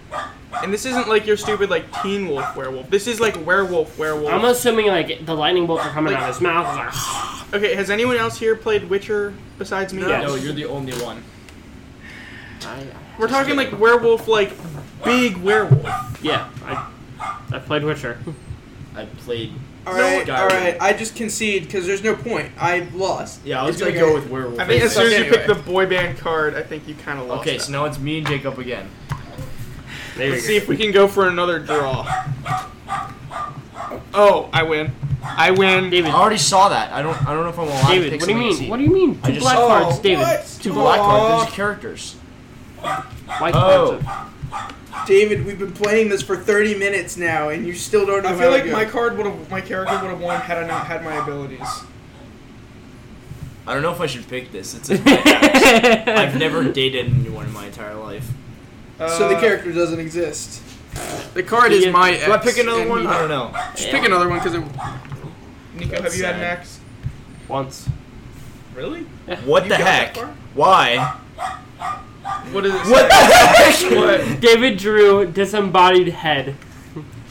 And this isn't like your stupid like Teen Wolf werewolf. This is like werewolf werewolf. I'm assuming like the lightning bolts are coming out of his mouth. It's like, okay, has anyone else here played Witcher besides me? No. Yes. No, you're the only one. [SIGHS] I, We're talking like werewolf, like big werewolf. yeah, I, I played Witcher. I played. All right, Skyrim. all right. I just concede because there's no point. I lost. Yeah, I was It's gonna okay. go with werewolf. I think as soon as you anyway. pick the boy band card, I think you kind of lost. okay, that. so now it's me and Jacob again. There you Let's go. see if we can go for another draw. Oh, I win. I win. David, Oh, I already saw that. I don't. I don't know if I'm allowed to David, pick what do you something mean? easy. What do you mean? Two just- black Oh, cards, David. what? Two black cards. Aw. Those are characters. Black Oh. cards. David, we've been playing this for 30 minutes now, and you still don't know I how feel like to go. my card would have, my character would have won had I not had my abilities. I don't know if I should pick [LAUGHS] this. It's. A, I've [LAUGHS] I've never dated anyone in my entire life. so the Uh, character doesn't exist. The card Do is you- my Do I ex, pick another and one? he- I don't know. Just pick another one because Nico, That's have you had an sad. X? once. Really? What You the got that heck? far? Why? What is it? What [LAUGHS] the heck? What? David drew disembodied [LAUGHS] head.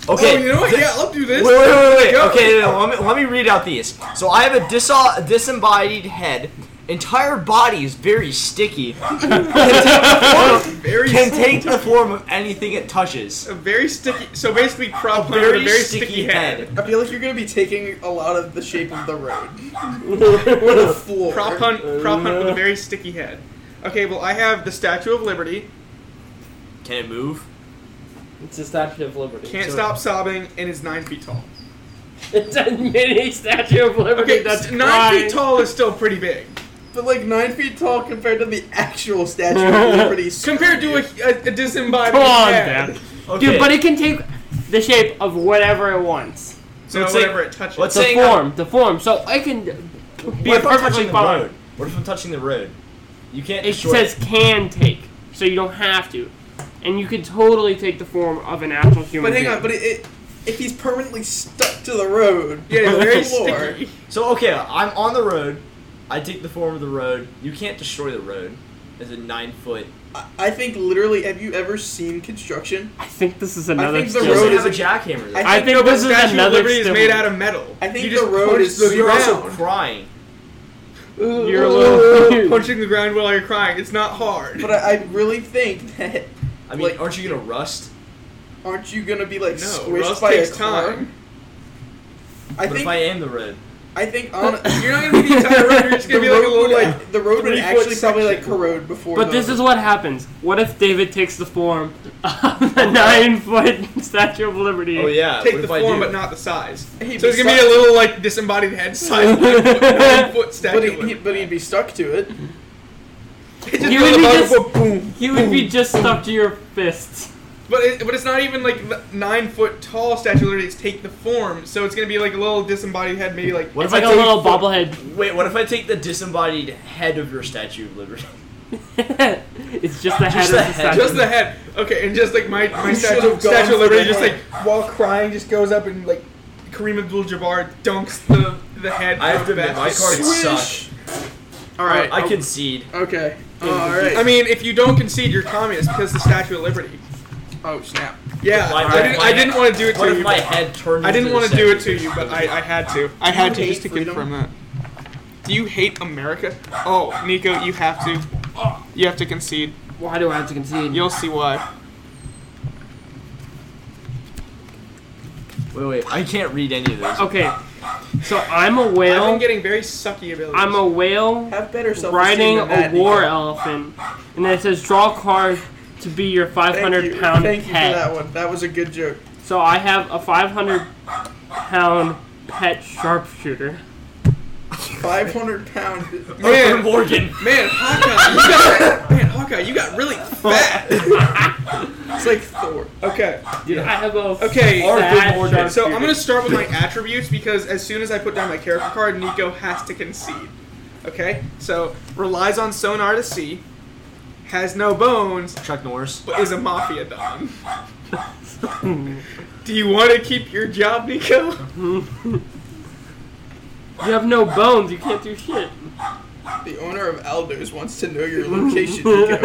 Okay. Oh, you know what? Yeah, I'll do this. Wait, wait, wait, wait. Go. Okay, no, no, let, me, let me read out these. So I have a dis- disembodied head. Entire body is [LAUGHS] very sticky. Very Can sticky- take the form of anything it touches. a very sticky. So basically, crop A plan with very a very sticky sticky, head. head. I feel like you're gonna be taking a lot of the shape of the [LAUGHS] road or the floor. Prop hunt, prop hunt with a very sticky head. Okay, well I have the Statue of Liberty. Can it move? It's a statue of liberty. Can't stop sobbing and is nine feet tall. It's a mini statue of liberty. Okay, that's that's nine crying. feet tall is still pretty big but like nine feet tall compared to the actual Statue of Liberty. [LAUGHS] compared to a, a, a disembodied Come on, head. Dan. Okay. Dude, but it can take the shape of whatever it wants. So Let's say- whatever it touches. let's The Saying form, the form. So I can be what if I'm perfectly touching the fine. road? What if I'm touching the road? You can't It short- says can take, so you don't have to, and you can totally take the form of an actual human. But hang being. on, but it, it if he's permanently stuck to the road, [LAUGHS] yeah, it's very floor, sticky. So okay, I'm on the road. I take the form of the road. You can't destroy the road. As a nine foot. I- I think literally. Have you ever seen construction? I think this is another. think the He example. doesn't road have a is a- jackhammer. I Though. I think think No, but this is Statue of another. Liberty is example. made out of metal. I think You just the road punch is the so You're also ground. crying. You're a [LAUGHS] little- punching the ground while you're crying. It's not hard. But I, I really think that I mean, Like- aren't you gonna rust? aren't you gonna be like No, squished rust by takes a car? time. I But think if I am the road, I think on you're [LAUGHS] not gonna You're be the entire road. You're just gonna gonna the be like a road little would, like like the road would three-foot actually probably like section. corrode before. But the, this is what happens. What if David takes the form of the nine foot [LAUGHS] Statue of Liberty? oh yeah, take what the if I form do? but not the size. He'd so be it's gonna be a stuck. little like disembodied head size, [LAUGHS] like, nine foot statue. But, he, he, but he'd be stuck to it. It just You goes would be above, just- above, boom. He would be just stuck to your fists. But it, but it's not even like the nine foot tall statue. Literally, it's take the form. So it's gonna be like a little disembodied head, maybe like What It's if I like a take little the form- bobblehead. Wait, what if I take the disembodied head of your Statue of Liberty? [LAUGHS] it's just the head Just of the the head. statue. [LAUGHS] Just the head. Okay, and just like my, my You statue, should've gone statue for of liberty, the just like head. while crying, just goes up and like Kareem Abdul-Jabbar dunks the the head. I have to from the admit, my back. cards Swish. suck. All right. I concede. Okay. All right. I mean, if you don't concede, you're communist because the Statue of Liberty. oh snap. Yeah, Why- I didn't. why- I didn't want to do it What to if you. my but- head turned? I didn't want to do it to you, but I, I had to. I had to hate just to freedom? confirm that. Do you hate America? Oh, Nico, you have to. You have to concede. Why do I have to concede? You'll see why. Wait, wait. I can't read any of those. Oh, Okay, so I'm a I've whale. been getting very sucky abilities. I'm a whale Have better self riding a war elephant, and then it says draw a card to be your 500 pound Thank you for pet. that one. That was a good joke. So I have a 500 pound pet sharpshooter. 500 pound. [LAUGHS] man, Oh, Morgan. man, Hawkeye, you got, man, Hawkeye, you got really fat. It's like Thor. Okay, Dude, I have a Okay, fat Arthur Morgan. sharpshooter. so I'm gonna start with my attributes because as soon as I put down my character card, Nico has to concede. Okay, so relies on sonar to see, has no bones, Chuck Norris. but is a mafia don. [LAUGHS] Do you want to keep your job, Nico? You have no bones. You can't do shit. The owner of Aldo's wants to know your location. [LAUGHS] Nico.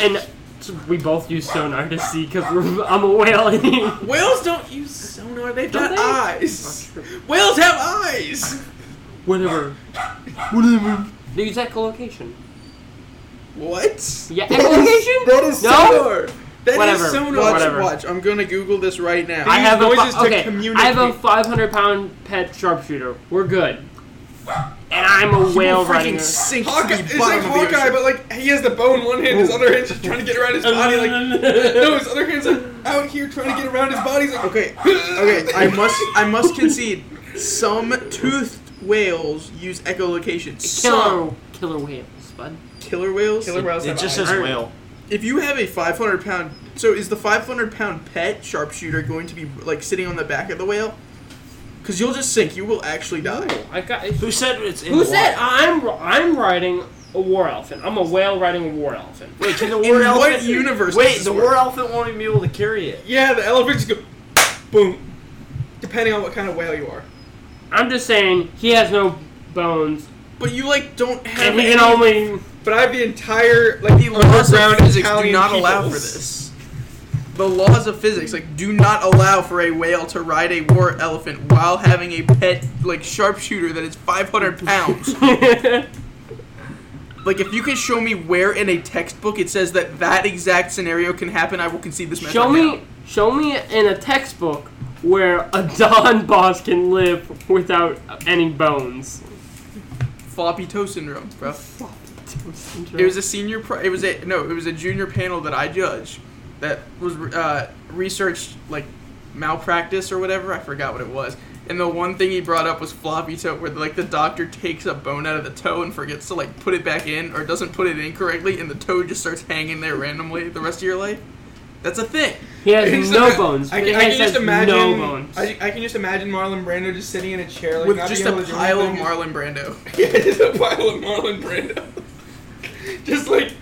And so we both use sonar to see because I'm a whale. [LAUGHS] and he- Whales don't use sonar; they've Don't got they? eyes. Whales have eyes. Whatever. Whatever. They use echolocation. What? Yeah, echolocation? That is No? sonar. That is Whatever. sonar. Watch, Whatever. watch. I'm gonna Google this right now. I use have noises a fi- to okay. I communicate. have a 500 pound pet sharpshooter. We're good. And [LAUGHS] I'm a whale riding. freaking sink Hawkeye, to it's the like bottom of the Hawkeye, ocean. but like he has the bone in one hand, his other hand's just trying to get around his body. Like [LAUGHS] no, his other hand's like out here trying to get around his body. He's like, [LAUGHS] Okay, okay. I must, I must concede. Some toothed whales use echolocation. Some killer, killer whales, bud. killer whales. Killer whales It have just eyes. says whale. If you have a 500 pound, so is the 500 pound pet sharpshooter going to be like sitting on the back of the whale? Because you'll just sink. You will actually die. I got. Who said it's in Who water? said I'm I'm riding a war elephant? I'm a whale riding a war elephant. Wait, can the In war elephant? what universe? Wait, does the this work? war elephant won't even be able to carry it. Yeah, the elephants go boom, depending on what kind of whale you are. I'm just saying he has no bones, But you like don't have. and he any- can only. But I have the entire like the lower laws of ground physics do Italian not allow for peoples. [LAUGHS] this. The laws of physics like do not allow for a whale to ride a war elephant while having a pet like sharpshooter that is 500 pounds. [LAUGHS] like if you can show me where in a textbook it says that that exact scenario can happen, I will concede this match. show right me, now. show me in a textbook where a Don boss can live without any bones. floppy toe syndrome, bro. It was a senior. Pro- it was a no. It was a junior panel that I judged that was uh, researched like malpractice or whatever. I forgot what it was. And the one thing he brought up was floppy toe, where like the doctor takes a bone out of the toe and forgets to like put it back in or doesn't put it in correctly, and the toe just starts hanging there randomly the rest of your life. That's a thing. He [LAUGHS] has It's no like- bones. I, He can- I can has just imagine. no bones. [LAUGHS] I, I can just imagine Marlon Brando just sitting in a chair, like With not just a being able to do pile of anything. Marlon Brando. [LAUGHS] Yeah, just a pile of Marlon Brando. [LAUGHS] just like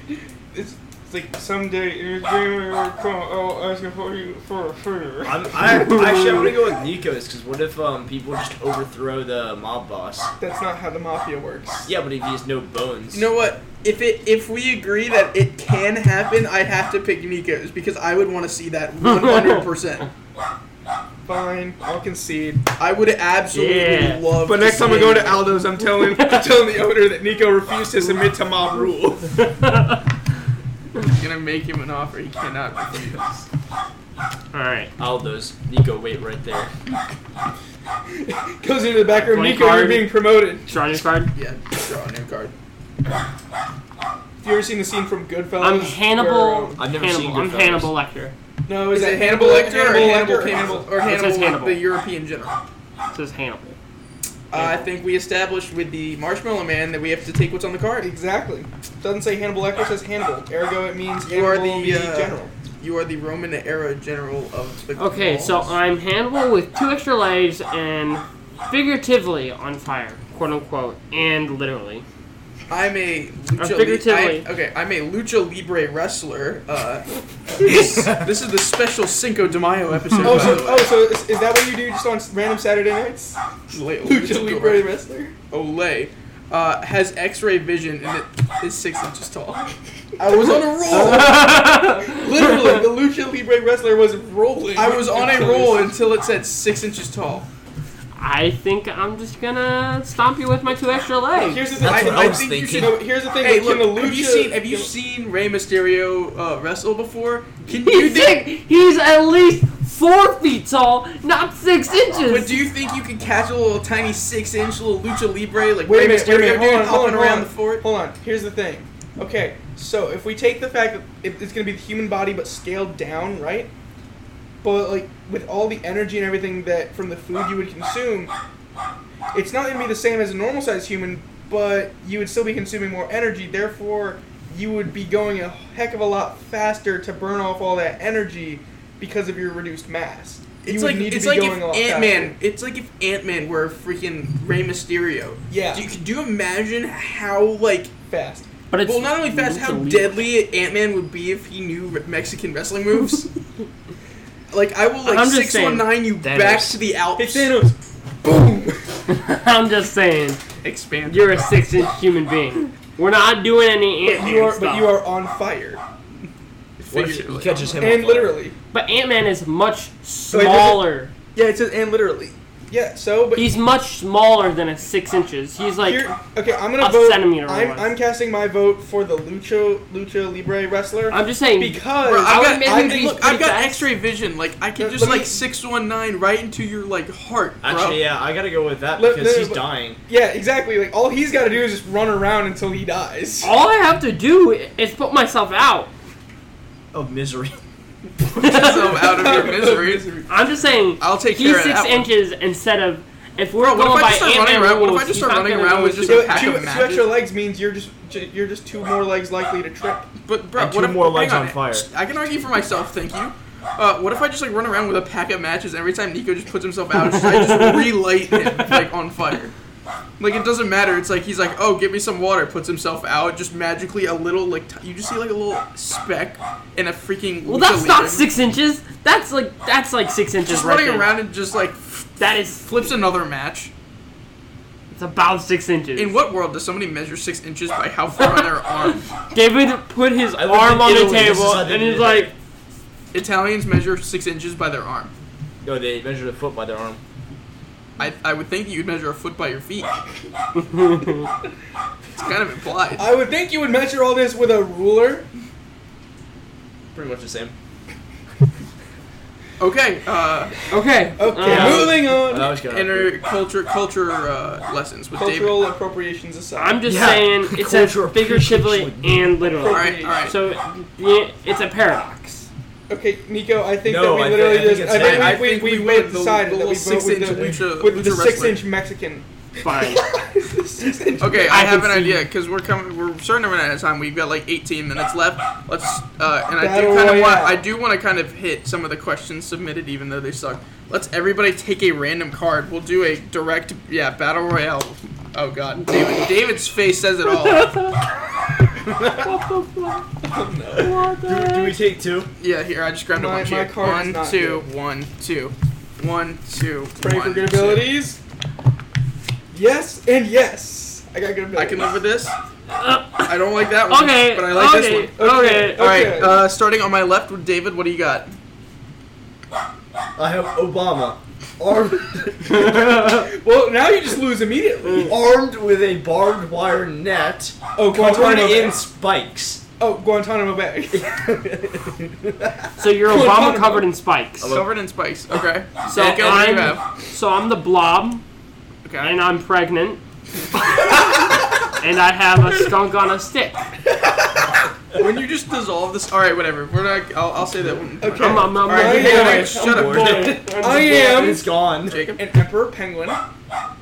it's, it's like someday your dreamer will come out asking for you for a favor. I'm, I actually I'm gonna go with Nico's because what if um people just overthrow the mob boss? That's not how the mafia works. Yeah, but if he has no bones. You know what? If it if we agree that it can happen, I have to pick Nico's because I would want to see [LAUGHS] that 100%. Fine, I'll concede. I would absolutely Yeah. love. But next time I see go it. to Aldo's, I'm telling [LAUGHS] I'm telling the owner that Nico refused to submit to mob rule. [LAUGHS] I'm gonna make him an offer he [LAUGHS] cannot refuse. All right. Aldo's. Nico, wait right there. Goes into the back room. Play Nico, you're card. being promoted. Draw your card. Yeah, draw a new card. Have you ever seen the scene from Goodfellas? I'm where, Hannibal. um, I've never Hannibal. seen I'm Goodfellas. Hannibal Lecter. no, Is is, it Hannibal Lecter or Hannibal Campbell or It says Hannibal, like, Hannibal. the European general? Uh, It says Hannibal. I think we established with the Marshmallow Man that we have to take what's on the card. Exactly. Doesn't say Hannibal Lecter, it says Hannibal. Ergo, it means You are Hannibal the, the uh, general. You are the Roman era general of the. Okay, so Gauls. I'm Hannibal with two extra legs and figuratively on fire, quote unquote, and literally. [LAUGHS] I'm a lucha figuratively. I, okay. I'm a lucha libre wrestler. [LAUGHS] Uh, this, this is the special Cinco de Mayo episode. [LAUGHS] Oh, by so, the way. oh, so is, is that what you do just on s- random Saturday nights? Lucha [LAUGHS] Lucha Libre Libre. wrestler. Olay uh, has X-ray vision and it is six inches tall. I was on [LAUGHS] a roll. Literally, [LAUGHS] the Lucha Libre wrestler was rolling. I was on a roll until it said six inches tall. I think I'm just gonna stomp you with my two extra legs. [LAUGHS] Here's the thing. That's what I, I I was think you thinking. should. No, here's the thing. Hey, like, look, can the Lucha, have you seen have you can- seen Rey Mysterio uh, wrestle before? Can you He's think? six. He's at least four feet tall, not six inches. But do you think you could catch a little tiny six-inch little lucha libre like Wait Rey a minute, Mysterio wait a dude minute, hold on, hold hopping on, around hold the fort? on. Hold on, here's the thing. Okay, so if we take the fact that it- it's going to be the human body but scaled down, right? But, like, with all the energy and everything that from the food you would consume, it's not going to be the same as a normal sized human, but you would still be consuming more energy. Therefore, you would be going a heck of a lot faster to burn off all that energy because of your reduced mass. you It's would like need to it's be like going if a lot Ant faster. Man. It's like if Ant Man were freaking Rey Mysterio. Yeah. Do you, could you imagine how like Fast. But well not only fast how Lucha Libre. deadly Ant Man would be if he knew re- Mexican wrestling [LAUGHS] moves? like I will like I'm just six one nine you That back is- to the Alps. Hey, Thanos! Boom! [LAUGHS] I'm just saying, Expand. you're a six-inch human being. We're not doing any Ant But Man you are, stuff. but you are on fire, What if he Figuratively. catches him? and off guard? literally. But Ant Man is much Wait, does it- smaller. Yeah, it says and literally. Yeah. So, but He's much smaller than a six inches. He's like here, okay, I'm gonna a vote. centimeter I'm, less. I'm casting my vote for the Lucha Lucha Libre wrestler I'm just saying. because Bro, I I've would got, admit I've, he'd be look, pretty I've got fast. X-ray vision. Like I can Let- just let me- like six one nine right into your like heart, bro. Actually, yeah, I gotta go with that Let- because no, he's but- dying. yeah, exactly. Like all he's got to do is just run around until he dies. all I have to do is put myself out. Of misery. [LAUGHS] [LAUGHS] So out of your misery. [LAUGHS] I'm just saying. I'll take He's care of six that one. inches instead of. If we're Bro, what if I going by just start Ant Man running around- what rules, if I just he's start not running gonna around know with what just to a do. So pack two, of two matches. extra legs means you're just j- you're just two more legs likely to trip. But bro, And two what if, more legs hang on fire. I can argue for myself, thank you. Uh, what if I just like run around with a pack of matches and every time Nico just puts himself out, just, I just relight him like on fire. Like it doesn't matter. It's like he's like, oh, give me some water. Puts himself out, just magically a little like t- you just see like a little speck and a freaking. Well, lucha that's libre. not six inches. That's like that's like six inches Just right running there. around and just like f- That is flips another match. it's about six inches. In what world does somebody measure six inches by how far on their [LAUGHS] arm? David put his lived arm in on the Italy. This is table how they and did he's it. like, Italians measure six inches by their arm. No, they measured a foot by their arm. I, I would think you'd measure a foot by your feet. it's kind of implied. I would think you would measure all this with a ruler. Pretty much the same. Okay, uh, okay, Okay, uh, moving on. That was good. inter culture culture uh, lessons with Cultural David. appropriations aside, [LAUGHS] I'm just Yeah. saying it says Cultural figuratively appreciation. and literally. All right, all right. So yeah, it's a paradox. Okay, Nico, I think No, that I we thi- literally I think just. it's I think, that. we, I we, think we, we we went the- decided the that we little vote with six-inch the, lucha- with the lucha six wrestler. inch Mexican. [LAUGHS] Fine. [LAUGHS] The six-inch- okay, I I, have can an see. idea because we're coming. We're starting to run out of time. We've got like 18 minutes left. Let's uh, and I do Battle kind of want. Royale. I do want to kind of hit some of the questions submitted, even though they suck. Let's everybody take a random card. We'll do a direct. Yeah, battle royale. Oh God, David. David's face says it [LAUGHS] all. [LAUGHS] Oh, Do, do we take two? Yeah, here I just grabbed My- a bunch my here. card is One, not two, good. one, two, one, two, Pray one, for good abilities. Yes and yes. I got good two. abilities. I can live with this. Uh, I don't like that one. Okay. But I like okay, this one. Okay. Okay. All right. Uh, starting on my left with David. What do you got? I have Obama, armed, [LAUGHS] Well, now you just lose immediately. armed with a barbed wire net, Oh, covered Guantanamo in Bay. spikes. [LAUGHS] Oh, Guantanamo [LAUGHS] Bay. [LAUGHS] So you're Cool, Obama Obama. covered in spikes. Covered in spikes. Okay. So Nico, what do you have? I'm so I'm the blob Okay. and I'm [LAUGHS] pregnant. and I have a skunk on a stick. when you just dissolve this. All right. Whatever. We're not. I'll, I'll say that one. Okay. I'm, I'm, I'm, All right. I'm Nico, bored. Nico, shut I'm up. bored. I am It's gone. Jacob. an emperor penguin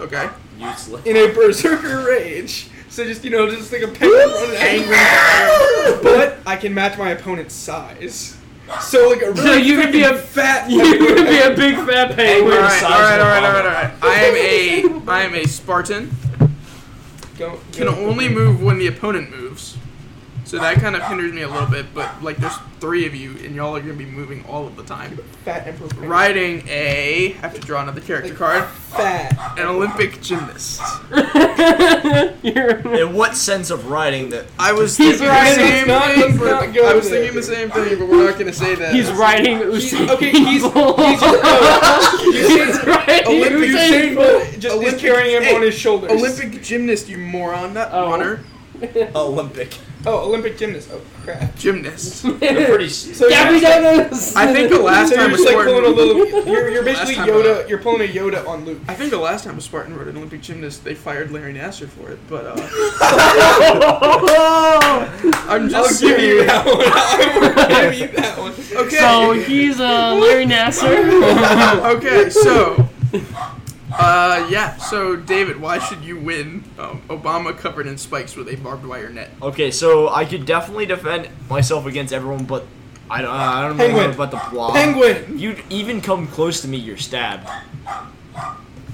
Okay. Useless. in a berserker rage. So just you know, just like a penguin running angry. But I can match my opponent's size. So like a really So [LAUGHS] [LAUGHS] you could be freaking a- fat. You're gonna be a big fat penguin. All We're the right. All size right. of All right. All Obama. right. All right. I am a. I am a Spartan. Don't. can don't- only move when the opponent moves. So that kind of hinders me a little bit, but like there's three of you and y'all are gonna be moving all of the time. fat emperor. penguin. Riding a, I have to draw another character Like, card, [LAUGHS] Fat. an Olympic gymnast. [LAUGHS] You're- In what sense of riding that? I was He's thinking riding- the same let's not- thing. let's But not go I was there. thinking the same thing, but we're not gonna say that. he's riding Usain okay, he's- Bolt. he's- [LAUGHS] no, He's riding Olympic Usain Usain Bolt. Bolt. Just Olympic- he's carrying him hey, on his shoulders. Olympic gymnast, you moron, not Oh. runner. Olympic. Oh, Olympic gymnast. Oh crap. [LAUGHS] Gymnast. [LAUGHS] They're pretty. s- So Gabby you're, Douglas. I [LAUGHS] think the last so you're time a just like pulling a Spartan. [LAUGHS] little. You're, you're basically time Yoda. You're pulling a Yoda on Luke. I think the last time a Spartan rode an Olympic gymnast, they fired Larry Nasser for it. But [LAUGHS] uh, I'm Oh! I'll just give saying. you that one. [LAUGHS] I will give you that one. Okay. So he's uh, Larry Nasser. okay, [LAUGHS] so. Uh, yeah, so David, why should you win um, Obama covered in spikes with a barbed wire net? Okay, so I could definitely defend myself against everyone, but I don't. I don't Penguin. know about the blob. Penguin. You would even come close to me, you're stabbed.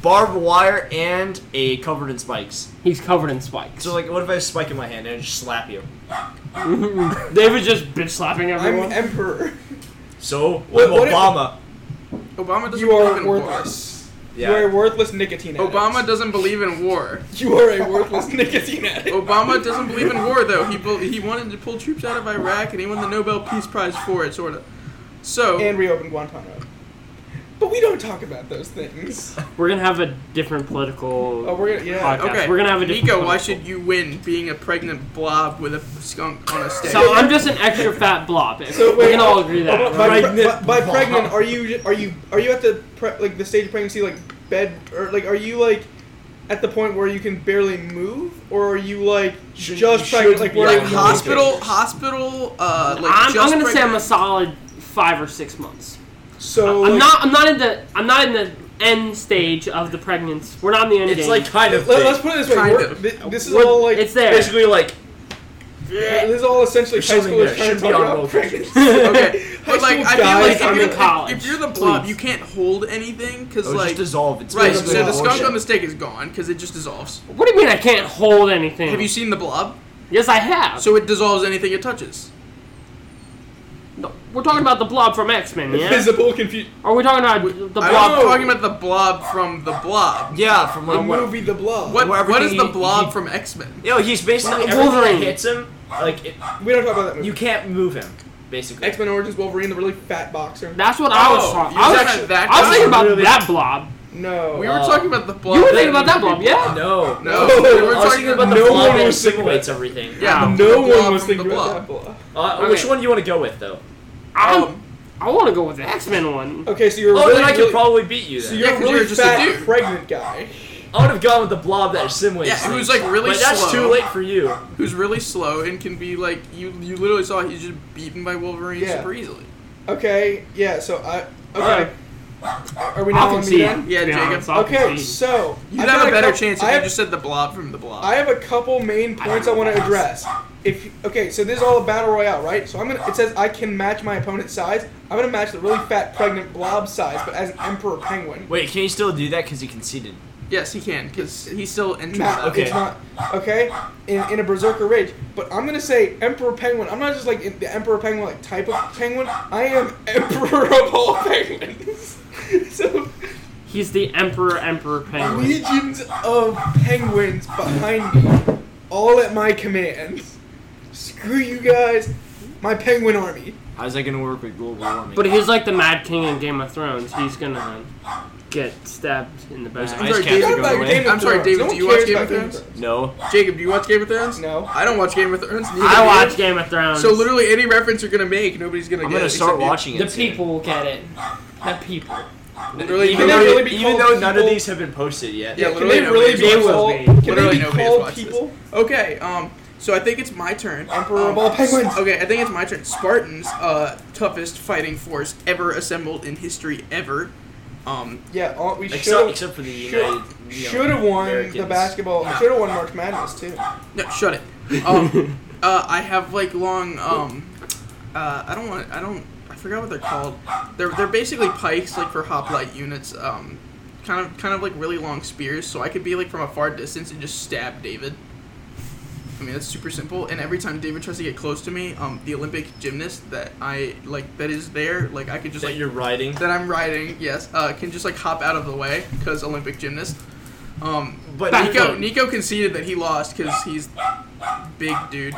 Barbed wire and a covered in spikes. he's covered in spikes. So like, what if I have a spike in my hand and I just slap you? [LAUGHS] David's just bitch slapping I'm everyone. emperor. So What- I'm what if- Obama. Obama doesn't You believe are in worthless. Yeah. You are a worthless nicotine war. addict. Obama doesn't believe in war. You are a worthless [LAUGHS] nicotine addict. Obama doesn't believe in war, though. He bel he wanted to pull troops out of Iraq, and he won the Nobel Peace Prize for it, sort of. So And reopen Guantanamo. But we don't talk about those things. we're gonna have a different political. Oh, we're gonna yeah. Podcast. okay, We're gonna have a different Nico. Why political- should you win being a pregnant blob with a skunk on a stick? [LAUGHS] So I'm just an extra fat blob. So we wait, can all agree that. By, by- Pregnant by mom. pregnant, are you are you are you at the pre- like the stage of pregnancy, like bed, or like are you like at the point where you can barely move, or are you like Should- you just should pregnant, like be where like Yeah, you- hospital, hospital. Uh, like I'm, just I'm gonna say I'm a pregnant. solid five or six months. So I'm like, not. I'm not in the. I'm not in the end stage of the pregnancy. We're not in the end It's game. like kind of. Let, big. us put it this way: Kind we're- of. thi- this is We're- all like uh, it's there. basically like this is all essentially high There's something schoolers there. trying Should to be talk on about roll. [LAUGHS] pregnancy. okay, but like I feel guys, like if I'm you're, in college. if, if you're the blob, Please. you can't hold anything because oh, like just dissolve. It's right. So basically the skunk abortion. on the stick is gone because it just dissolves. What do you mean I can't hold anything? Have you seen the blob? Yes, I have. So it dissolves anything it touches. No, we're talking about the blob from X Men, [LAUGHS] yeah? Visible confusion. Are we talking about the I'm blob? talking about the blob from the blob. Yeah, from The like what- movie The Blob. What Where what is everything the he- blob he- from X Men? Yo, he's basically Well, everything that Wolverine. hits him. Like it, We don't talk about that movie. you can't move him. Basically, X Men Origins Wolverine, the really fat boxer. That's what I was Oh, talking. you I was, said that I was guy. thinking about Really? that blob. No. We were Uh, talking about the blob. you were thinking about that blob, yeah? no, No, No, we were I was talking thinking about the No blob one that was thinking about assimilates that. everything. Yeah, Wow. the no blob one was from thinking the about blob. that blob. Uh, Okay. Which one do you want to go with though? I'm, Um, I want to go with the X Men one. Okay, so you're Oh, really, then I could really- probably beat you. Then. so you're Yeah, a 'cause really you're just a fat dude. pregnant guy. I would have gone with the blob that assimilates. Yeah, who's things. like really But that's slow. too late for you. Who's really slow and can be like you? You literally saw he's just beaten by Wolverine Yeah. super easily. Okay, yeah. So I okay. Alright. Are- Are we I not on can me see. then? Yeah, to be Jacob. honest, I can Okay, see. so You'd I've have got a better couple- chance if I you have, just said the blob from the blob. I have a couple main points I, want to address. If okay, so this is all a battle royale, right? So I'm gonna. It says I can match my opponent's size. I'm gonna match the really fat pregnant blob size, but as an emperor penguin. Wait, can you still do that because he conceded? yes, he can because he's still enters. Not, that. okay. It's not okay in, in a berserker rage, but I'm gonna say emperor penguin. I'm not just like the emperor penguin, like type of penguin. I am [LAUGHS] emperor of all penguins. [LAUGHS] so He's the Emperor, Emperor Penguin. legions of penguins behind me, all at my command. Screw you guys, my penguin army. How's that gonna work with global warming? But he's like the Mad King in Game of Thrones. He's gonna get stabbed in the I'm Ice back. sorry, caps are David, going away. I'm sorry, David, do you watch Game of Thrones? no, Jacob, do you watch Game of Thrones? No. I don't watch Game of Thrones. neither do I you. watch Game of Thrones. So literally any reference you're gonna make, nobody's gonna I'm get. gonna it start except you. watching it. the soon. people will get it. The people. Literally, even, nobody- though- though, really be even called though none of people- these have been posted yet. Yeah, can literally they really nobody's be watched called? it. Can Literally they be nobody has called watched this. people? Okay, um, so I think it's my turn. Emperor of Um, all penguins. Okay, I think it's my turn. Spartans, uh, toughest fighting force ever assembled in history ever. Um, Yeah, all, we Except- should except for the United, you know, should have won the Americans. basketball. Should have won March Madness too. no, shut it. Um, [LAUGHS] uh, I have like long. Um, uh, I don't want. I don't. I forgot what they're called. They're they're basically pikes, like for hoplite units. Um, kind of kind of like really long spears, so I could be like from a far distance and just stab David. I mean, that's super simple. And every time David tries to get close to me, um, the Olympic gymnast that I like that is there, like I could just that like you're riding. that I'm riding, yes, uh, can just like hop out of the way because Olympic gymnast. Um, But Nico, Nico- Nico conceded that he lost because he's big dude,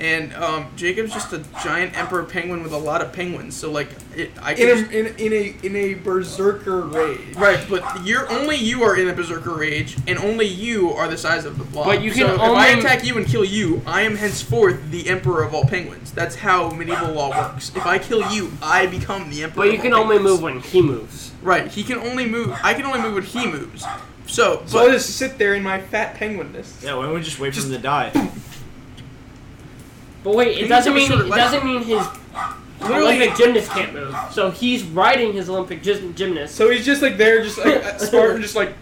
and um, Jacob's just a giant emperor penguin with a lot of penguins. So like, it, I In can. a, in, in a in a berserker rage. Right, but you're only you are in a berserker rage, and only you are the size of the blob. But you can so if I only- attack you and kill you, I am henceforth the emperor of all penguins. That's how medieval law works. If I kill you, I become the emperor. But of you all can only penguins. move when he moves. Right, he can only move. I can only move when he moves. So, but So I just sit there in my fat penguinness. Yeah, why don't we just wait Just- for them to die? But wait, it He's doesn't a mean shorter it leg. doesn't mean his Literally- Olympic gymnast can't move. So he's riding his Olympic gym- gymnast. So he's just like there, just [LAUGHS] like uh, Spartan, just like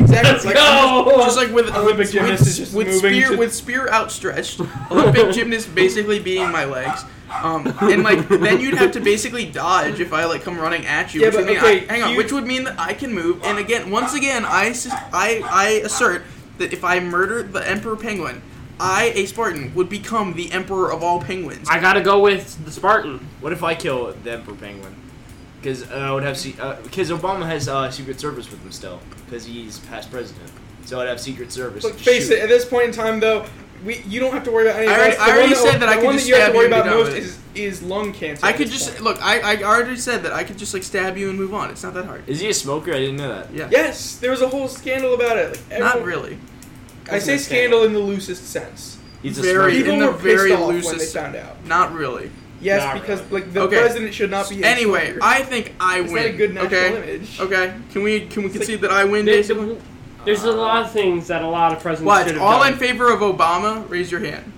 exactly, Let's like, go! Oh, Just, just like with Olympic with- gymnast is just with moving spear to- with spear outstretched, Olympic gymnast basically being my legs. Um, and like then you'd have to basically dodge if I like come running at you. Yeah, which would but mean okay, I, hang on, you- which would mean that I can move. And again, once again, I sus- I I assert that if I murder the emperor penguin, I a Spartan would become the emperor of all penguins. I gotta go with the Spartan. What if I kill the Emperor Penguin? Because uh, I would have because Obama has uh, Secret Service with him still because he's past president. So I'd have Secret Service. Look, face Shoot. it. At this point in time, though, we you don't have to worry about anything. I already- else. I already one said that the I could one just that you have stab to worry you and be about done most with is, is lung cancer. I at could this just point. look. I, I already said that I could just like stab you and move on. It's not that hard. Is he a smoker? I didn't know that. Yeah. Yes, there was a whole scandal about it. Like, Not everyone- really. I Isn't say it scandal? scandal in the loosest sense. He's a Very- smoker. People in the were very pissed off when they loosest- found out. Not really. Yes, Not because really. like the Okay. president should not be. a Anyway, smoker. I think I It's win. not a good natural okay. image. Okay. Can we can we It's concede that I win, There's, basically? there's a lot of things that a lot of presidents What? should have All done. in favor of Obama? Raise your hand.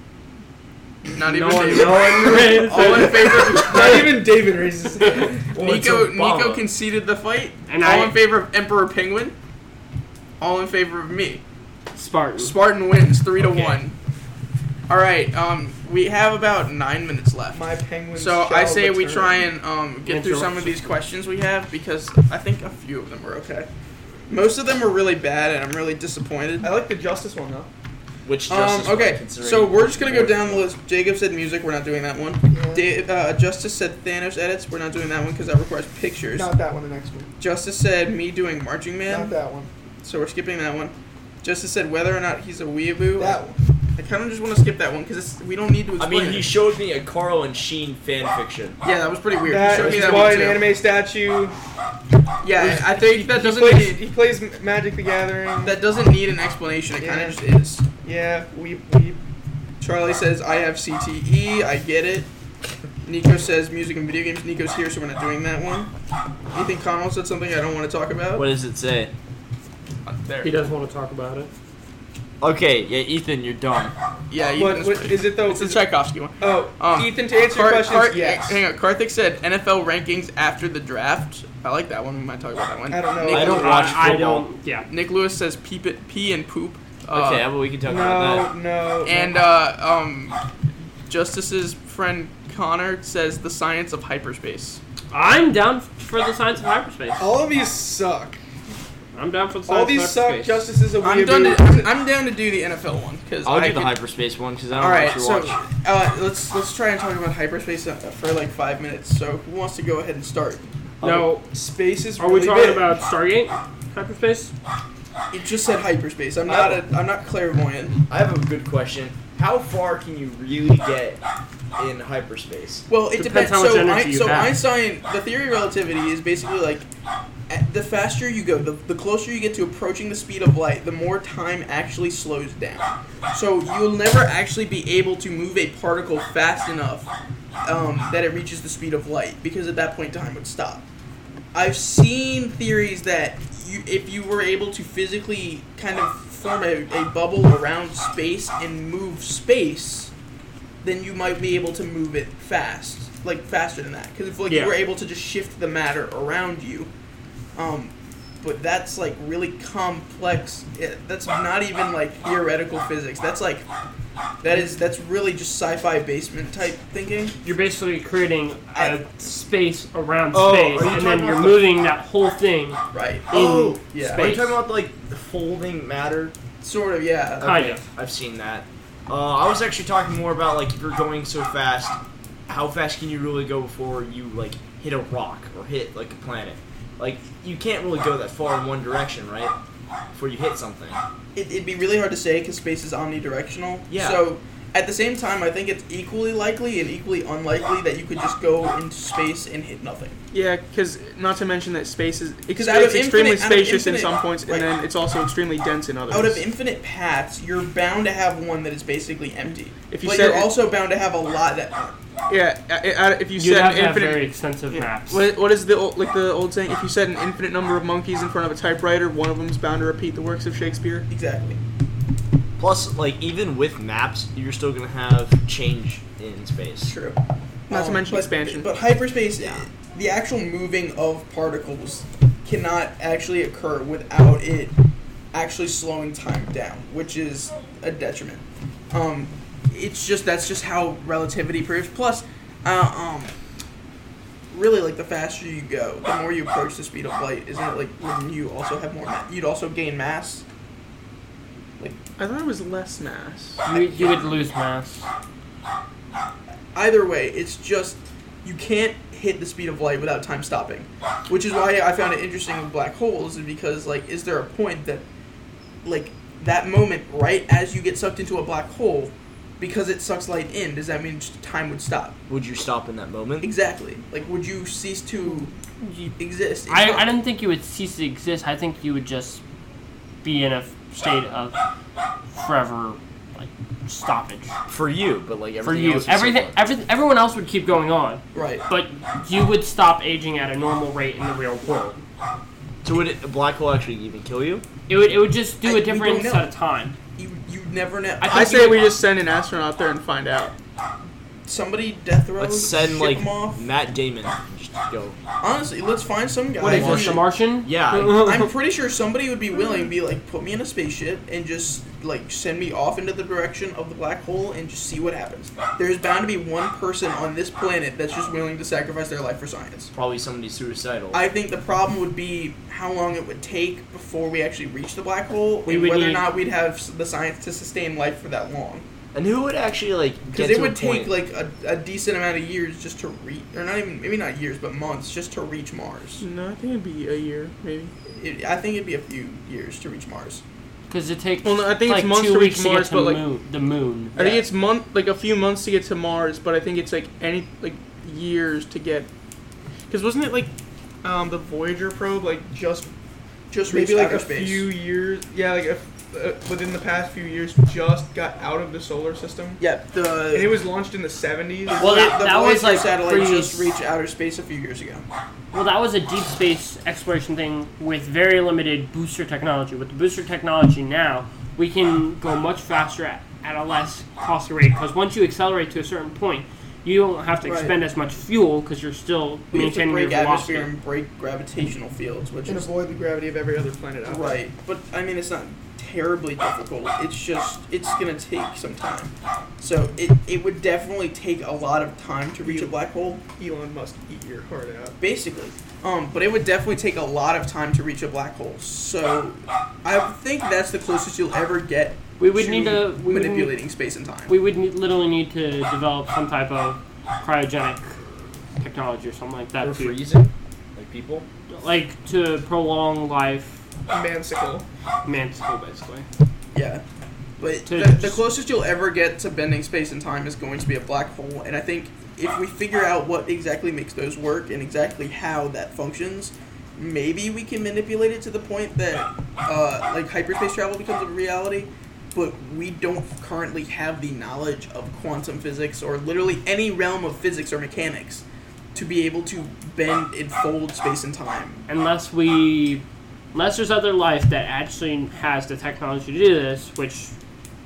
Not even no one, David. no one raised All in it. [LAUGHS] favor. Not even David raises his hand. [LAUGHS] Well, it's Nico Obama. Nico conceded the fight. And all I- in favor of Emperor Penguin. All in favor of me. Spartan. Spartan wins three to Okay. one. All right. Um, we have about nine minutes left. My penguins. So shall I say we return. try and um, get through some of these questions we have because I think a few of them were okay. Most of them were really bad, and I'm really disappointed. I like the justice one though. Which Um, justice? okay, considering- so we're just gonna go down the list. Jacob said music. We're not doing that one. Yeah. Da- uh, Justice said Thanos edits. We're not doing that one because that requires pictures. Not that one. The next one. Justice said me doing marching Not man. that one. So we're skipping that one. Justice said whether or not he's a weeaboo. That one. I kind of just want to skip that one because we don't need to. I Explain mean, he it. showed me a Carl and Sheen fan fiction. yeah, that was pretty weird. he That showed me is that why one an too. anime statue. yeah, I think that He doesn't. plays, need- he plays Magic the Gathering. That doesn't need an explanation. It kind Yeah. of just is. yeah, weep weep. Charlie says, I have CTE. I get it. Nico says, music and video games. Nico's here, so we're not doing that one. Ethan Connell said something I don't want to talk about. What does it say? Uh, There. He does want to talk about it. Okay, yeah, Ethan, you're dumb. Yeah, What, Ethan's what pretty- is it though? It's the Is it- Tchaikovsky one. Oh, Um, Ethan, to answer Kar- your questions, Kar- yes. Hang on. Karthik said NFL rankings after the draft. I like that one. We might talk about that one. I don't know. Nick, I don't I- watch I football. don't. Yeah. Nick Lewis says peep it, pee and poop. Uh, Okay, well, we can talk No, about no. And no. uh, um, Justice's friend Connor says the science of hyperspace. I'm down for the science of hyperspace. all of these suck. I'm down for the science All these of suck. hyperspace. Justice is a weirdo. I'm down, to, I'm, I'm down to do the NFL one because that. I'll I do the could- hyperspace one because I don't All right, know so what you watch. uh, let's let's try and talk about hyperspace uh, for like five minutes. So who wants to go ahead and start? No. Space is Are we really talking big. about Stargate? Hyperspace? It just said hyperspace. I'm not a, I'm not clairvoyant. I have a good question. How far can you really get in hyperspace? Well, it depends. Depends how much so energy I, you so have. Einstein, the theory of relativity is basically like at- the faster you go, the, the closer you get to approaching the speed of light, the more time actually slows down. So you'll never actually be able to move a particle fast enough um, that it reaches the speed of light because at that point time would stop. I've seen theories that you, if you were able to physically kind of form a, a bubble around space and move space, then you might be able to move it fast, like faster than that. Because if like you Yeah. were able to just shift the matter around you, um, but that's like really complex. It, that's not even like theoretical physics. That's like that is that's really just sci-fi basement type thinking. You're basically creating a I- space around Oh, space, are you and talking then you're about the- moving that whole thing. Right. Oh, yeah. Are you space. talking about like the folding matter? Uh, Sort of. Yeah. Kind of. I've seen that. Uh, I was actually talking more about like if you're going so fast, how fast can you really go before you like hit a rock or hit like a planet? Like you can't really go that far in one direction, right? Before you hit something. It, it'd be really hard to say because space is omnidirectional. Yeah. So at the same time, I think it's equally likely and equally unlikely that you could just go into space and hit nothing. Yeah, because not to mention that space is it's, out of it's extremely infinite- out of spacious in infinite- some points, right. and then it's also extremely dense in others. Out of infinite paths, you're bound to have one that is basically empty. If you but said you're it- also bound to have a lot that aren't. yeah, uh, I- I- if you You'd said have an to have infinite, very extensive yeah. maps. What, what is the old, like the old saying? If you said an infinite number of monkeys in front of a typewriter, one of them's bound to repeat the works of Shakespeare. Exactly. Plus, like even with maps, you're still gonna have change in space. True. Not to mention Um, but- expansion. But hyperspace, the actual moving of particles cannot actually occur without it actually slowing time down, which is a detriment. Um, it's just that's just how relativity proves. Plus, uh, um, really like the faster you go, the more you approach the speed of light. Isn't it like wouldn't you also have more? Ma- you'd also gain mass. I thought it was less mass. You, you would lose mass. either way, it's just you can't hit the speed of light without time stopping, which is why I found it interesting with black holes, is because like, is there a point that, like, that moment right as you get sucked into a black hole, because it sucks light in, does that mean just time would stop? Would you stop in that moment? Exactly. Like, would you cease to exist? in I, time? I didn't think you would cease to exist. I think you would just be in a state of forever like stoppage For you, but like for everything you. else is so Everything, far. everything, everyone else would keep going on, Right. but you would stop aging at a normal rate in the real world. So would it, a black hole actually even kill you? It would, it would just I- do we a don't different know. set of time. You you never know. I I think say you- we just send an astronaut there and find out. Somebody death row. Let's send ship like 'em off. Matt Damon. and Just go. Honestly, let's find some guy. What is this, who- a Martian? [LAUGHS] Yeah. [LAUGHS] I'm pretty sure somebody would be willing to be like, put me in a spaceship and just like send me off into the direction of the black hole and just see what happens. There's bound to be one person on this planet that's just willing to sacrifice their life for science. Probably somebody suicidal. I think the problem would be how long it would take before we actually reach the black hole, We and would whether or need- not we'd have s- the science to sustain life for that long. and who would actually like get Because it to would a point? take like a, a decent amount of years just to reach, or not even maybe not years, but months just to reach Mars. No, I think it'd be a year, maybe. It, I think it'd be a few years to reach Mars. because it takes Well, no, I think like it's months two to reach weeks Mars, to get but, to like- moon, the moon. I think Yeah. it's month, like a few months to get to Mars, but I think it's like any like years to get. Because wasn't it like um, the Voyager probe like just Just reach maybe like outer a space. few years? Yeah, like a f uh, within the past few years, just got out of the solar system, Yeah, the and it was launched in the seventies. Well, that- the that Voyager was, like, satellite pretty- just reached outer space a few years ago. Well, that was a deep space exploration thing with very limited booster technology. With the booster technology now, we can go much faster at, at a less costly rate. Because once you accelerate to a certain point, you don't have to Right. expend as much fuel because you're still We have to maintaining your break atmosphere velocity. and break gravitational fields, which and is avoid the gravity of every other planet uh, out there. right. But I mean, it's not terribly difficult. It's just it's gonna take some time. So it it would definitely take a lot of time to reach a black hole, Elon Musk, eat your heart out. basically. Um, but it would definitely take a lot of time to reach a black hole. So I think that's the closest you'll ever get. We would to need to we would, need- manipulating space and time. we would need, literally need to develop some type of cryogenic technology or something like Or that to freezing, like people. like to prolong life. Mansicle. Man, school basically. Yeah. But To the, the just- closest you'll ever get to bending space and time is going to be a black hole. And I think if we figure out what exactly makes those work and exactly how that functions, maybe we can manipulate it to the point that uh, like hyperspace travel becomes a reality. But we don't currently have the knowledge of quantum physics or literally any realm of physics or mechanics to be able to bend and fold space and time. unless we unless there's other life that actually has the technology to do this, which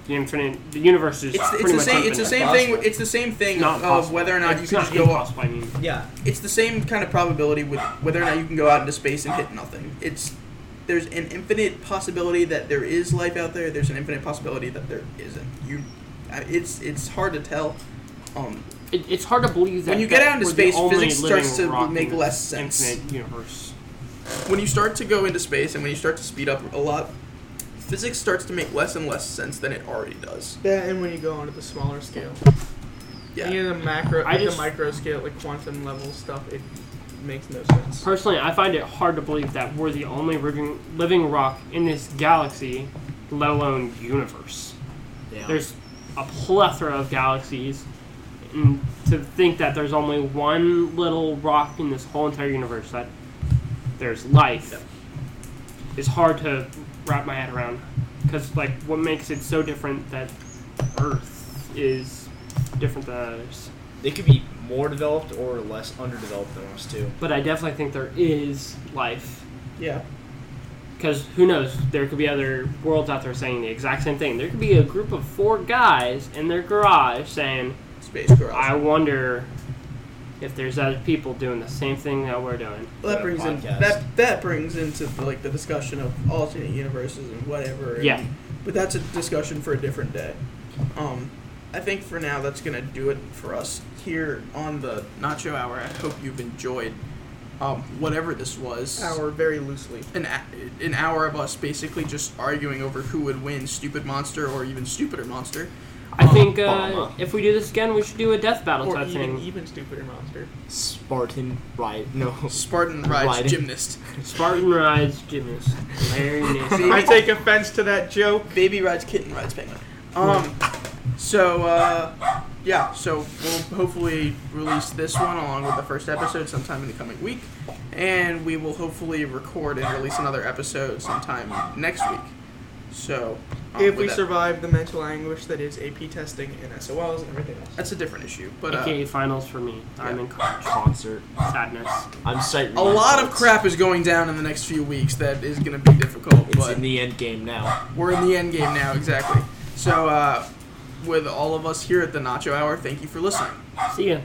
the infinite the universe is It's, pretty it's the much same. It's the infinite. same thing. It's the same thing Not of possible. whether or not it's you can not just go off. impossible, I mean. Yeah. it's the same kind of probability with whether or not you can go out into space and hit nothing. It's there's an infinite possibility that there is life out there. There's an infinite possibility that there isn't. You, I- it's it's hard to tell. Um, It, it's hard to believe that When you get that out into we're the space, only physics living starts to rock in make the less sense. Infinite universe. when you start to go into space and when you start to speed up a lot, physics starts to make less and less sense than it already does. That and when you go onto the smaller scale, Yeah. any of the macro, I like just- the micro scale, like quantum level stuff, it makes no sense. Personally, I find it hard to believe that we're the only living, living rock in this galaxy, let alone universe. Yeah. There's a plethora of galaxies, and to think that there's only one little rock in this whole entire universe that there's life is hard to wrap my head around. Because, like, what makes it so different that Earth is different than others? they could be more developed or less underdeveloped than us too. But I definitely think there is life. Yeah. Because who knows? There could be other worlds out there saying the exact same thing. There could be a group of four guys in their garage saying, Space girls. I wonder if there's other people doing the same thing that we're doing. Well, that Yeah, brings in podcast. that that brings into the, like the discussion of alternate universes and whatever. and- Yeah. But that's a discussion for a different day. Um, I think for now that's gonna do it for us here on the Nacho Hour. I hope you've enjoyed um, whatever this was. Hour very loosely. An, a- an hour of us basically just arguing over who would win, stupid monster or even stupider monster. I think uh, Obama. if we do this again, we should do a death battle Or type even, thing. even stupider monster. Spartan ride no. [LAUGHS] Spartan rides Riding. gymnast. Spartan rides [LAUGHS] gymnast. Very nasty. I take offense to that joke. Baby rides kitten rides penguin. Um, so uh, yeah, so we'll hopefully release this one along with the first episode sometime in the coming week, and we will hopefully record and release another episode sometime next week. So um, If with we that- survive the mental anguish that is AP testing and SOLs and everything else. that's a different issue, but uh, AKA finals for me. I'm Yeah. in college. concert. Sadness. I'm sight. a reading lot of folks. crap is going down in the next few weeks. That is going to be difficult, It's but in the end game now. we're in the end game now, exactly. So uh, with all of us here at the Nacho Hour, thank you for listening. See ya.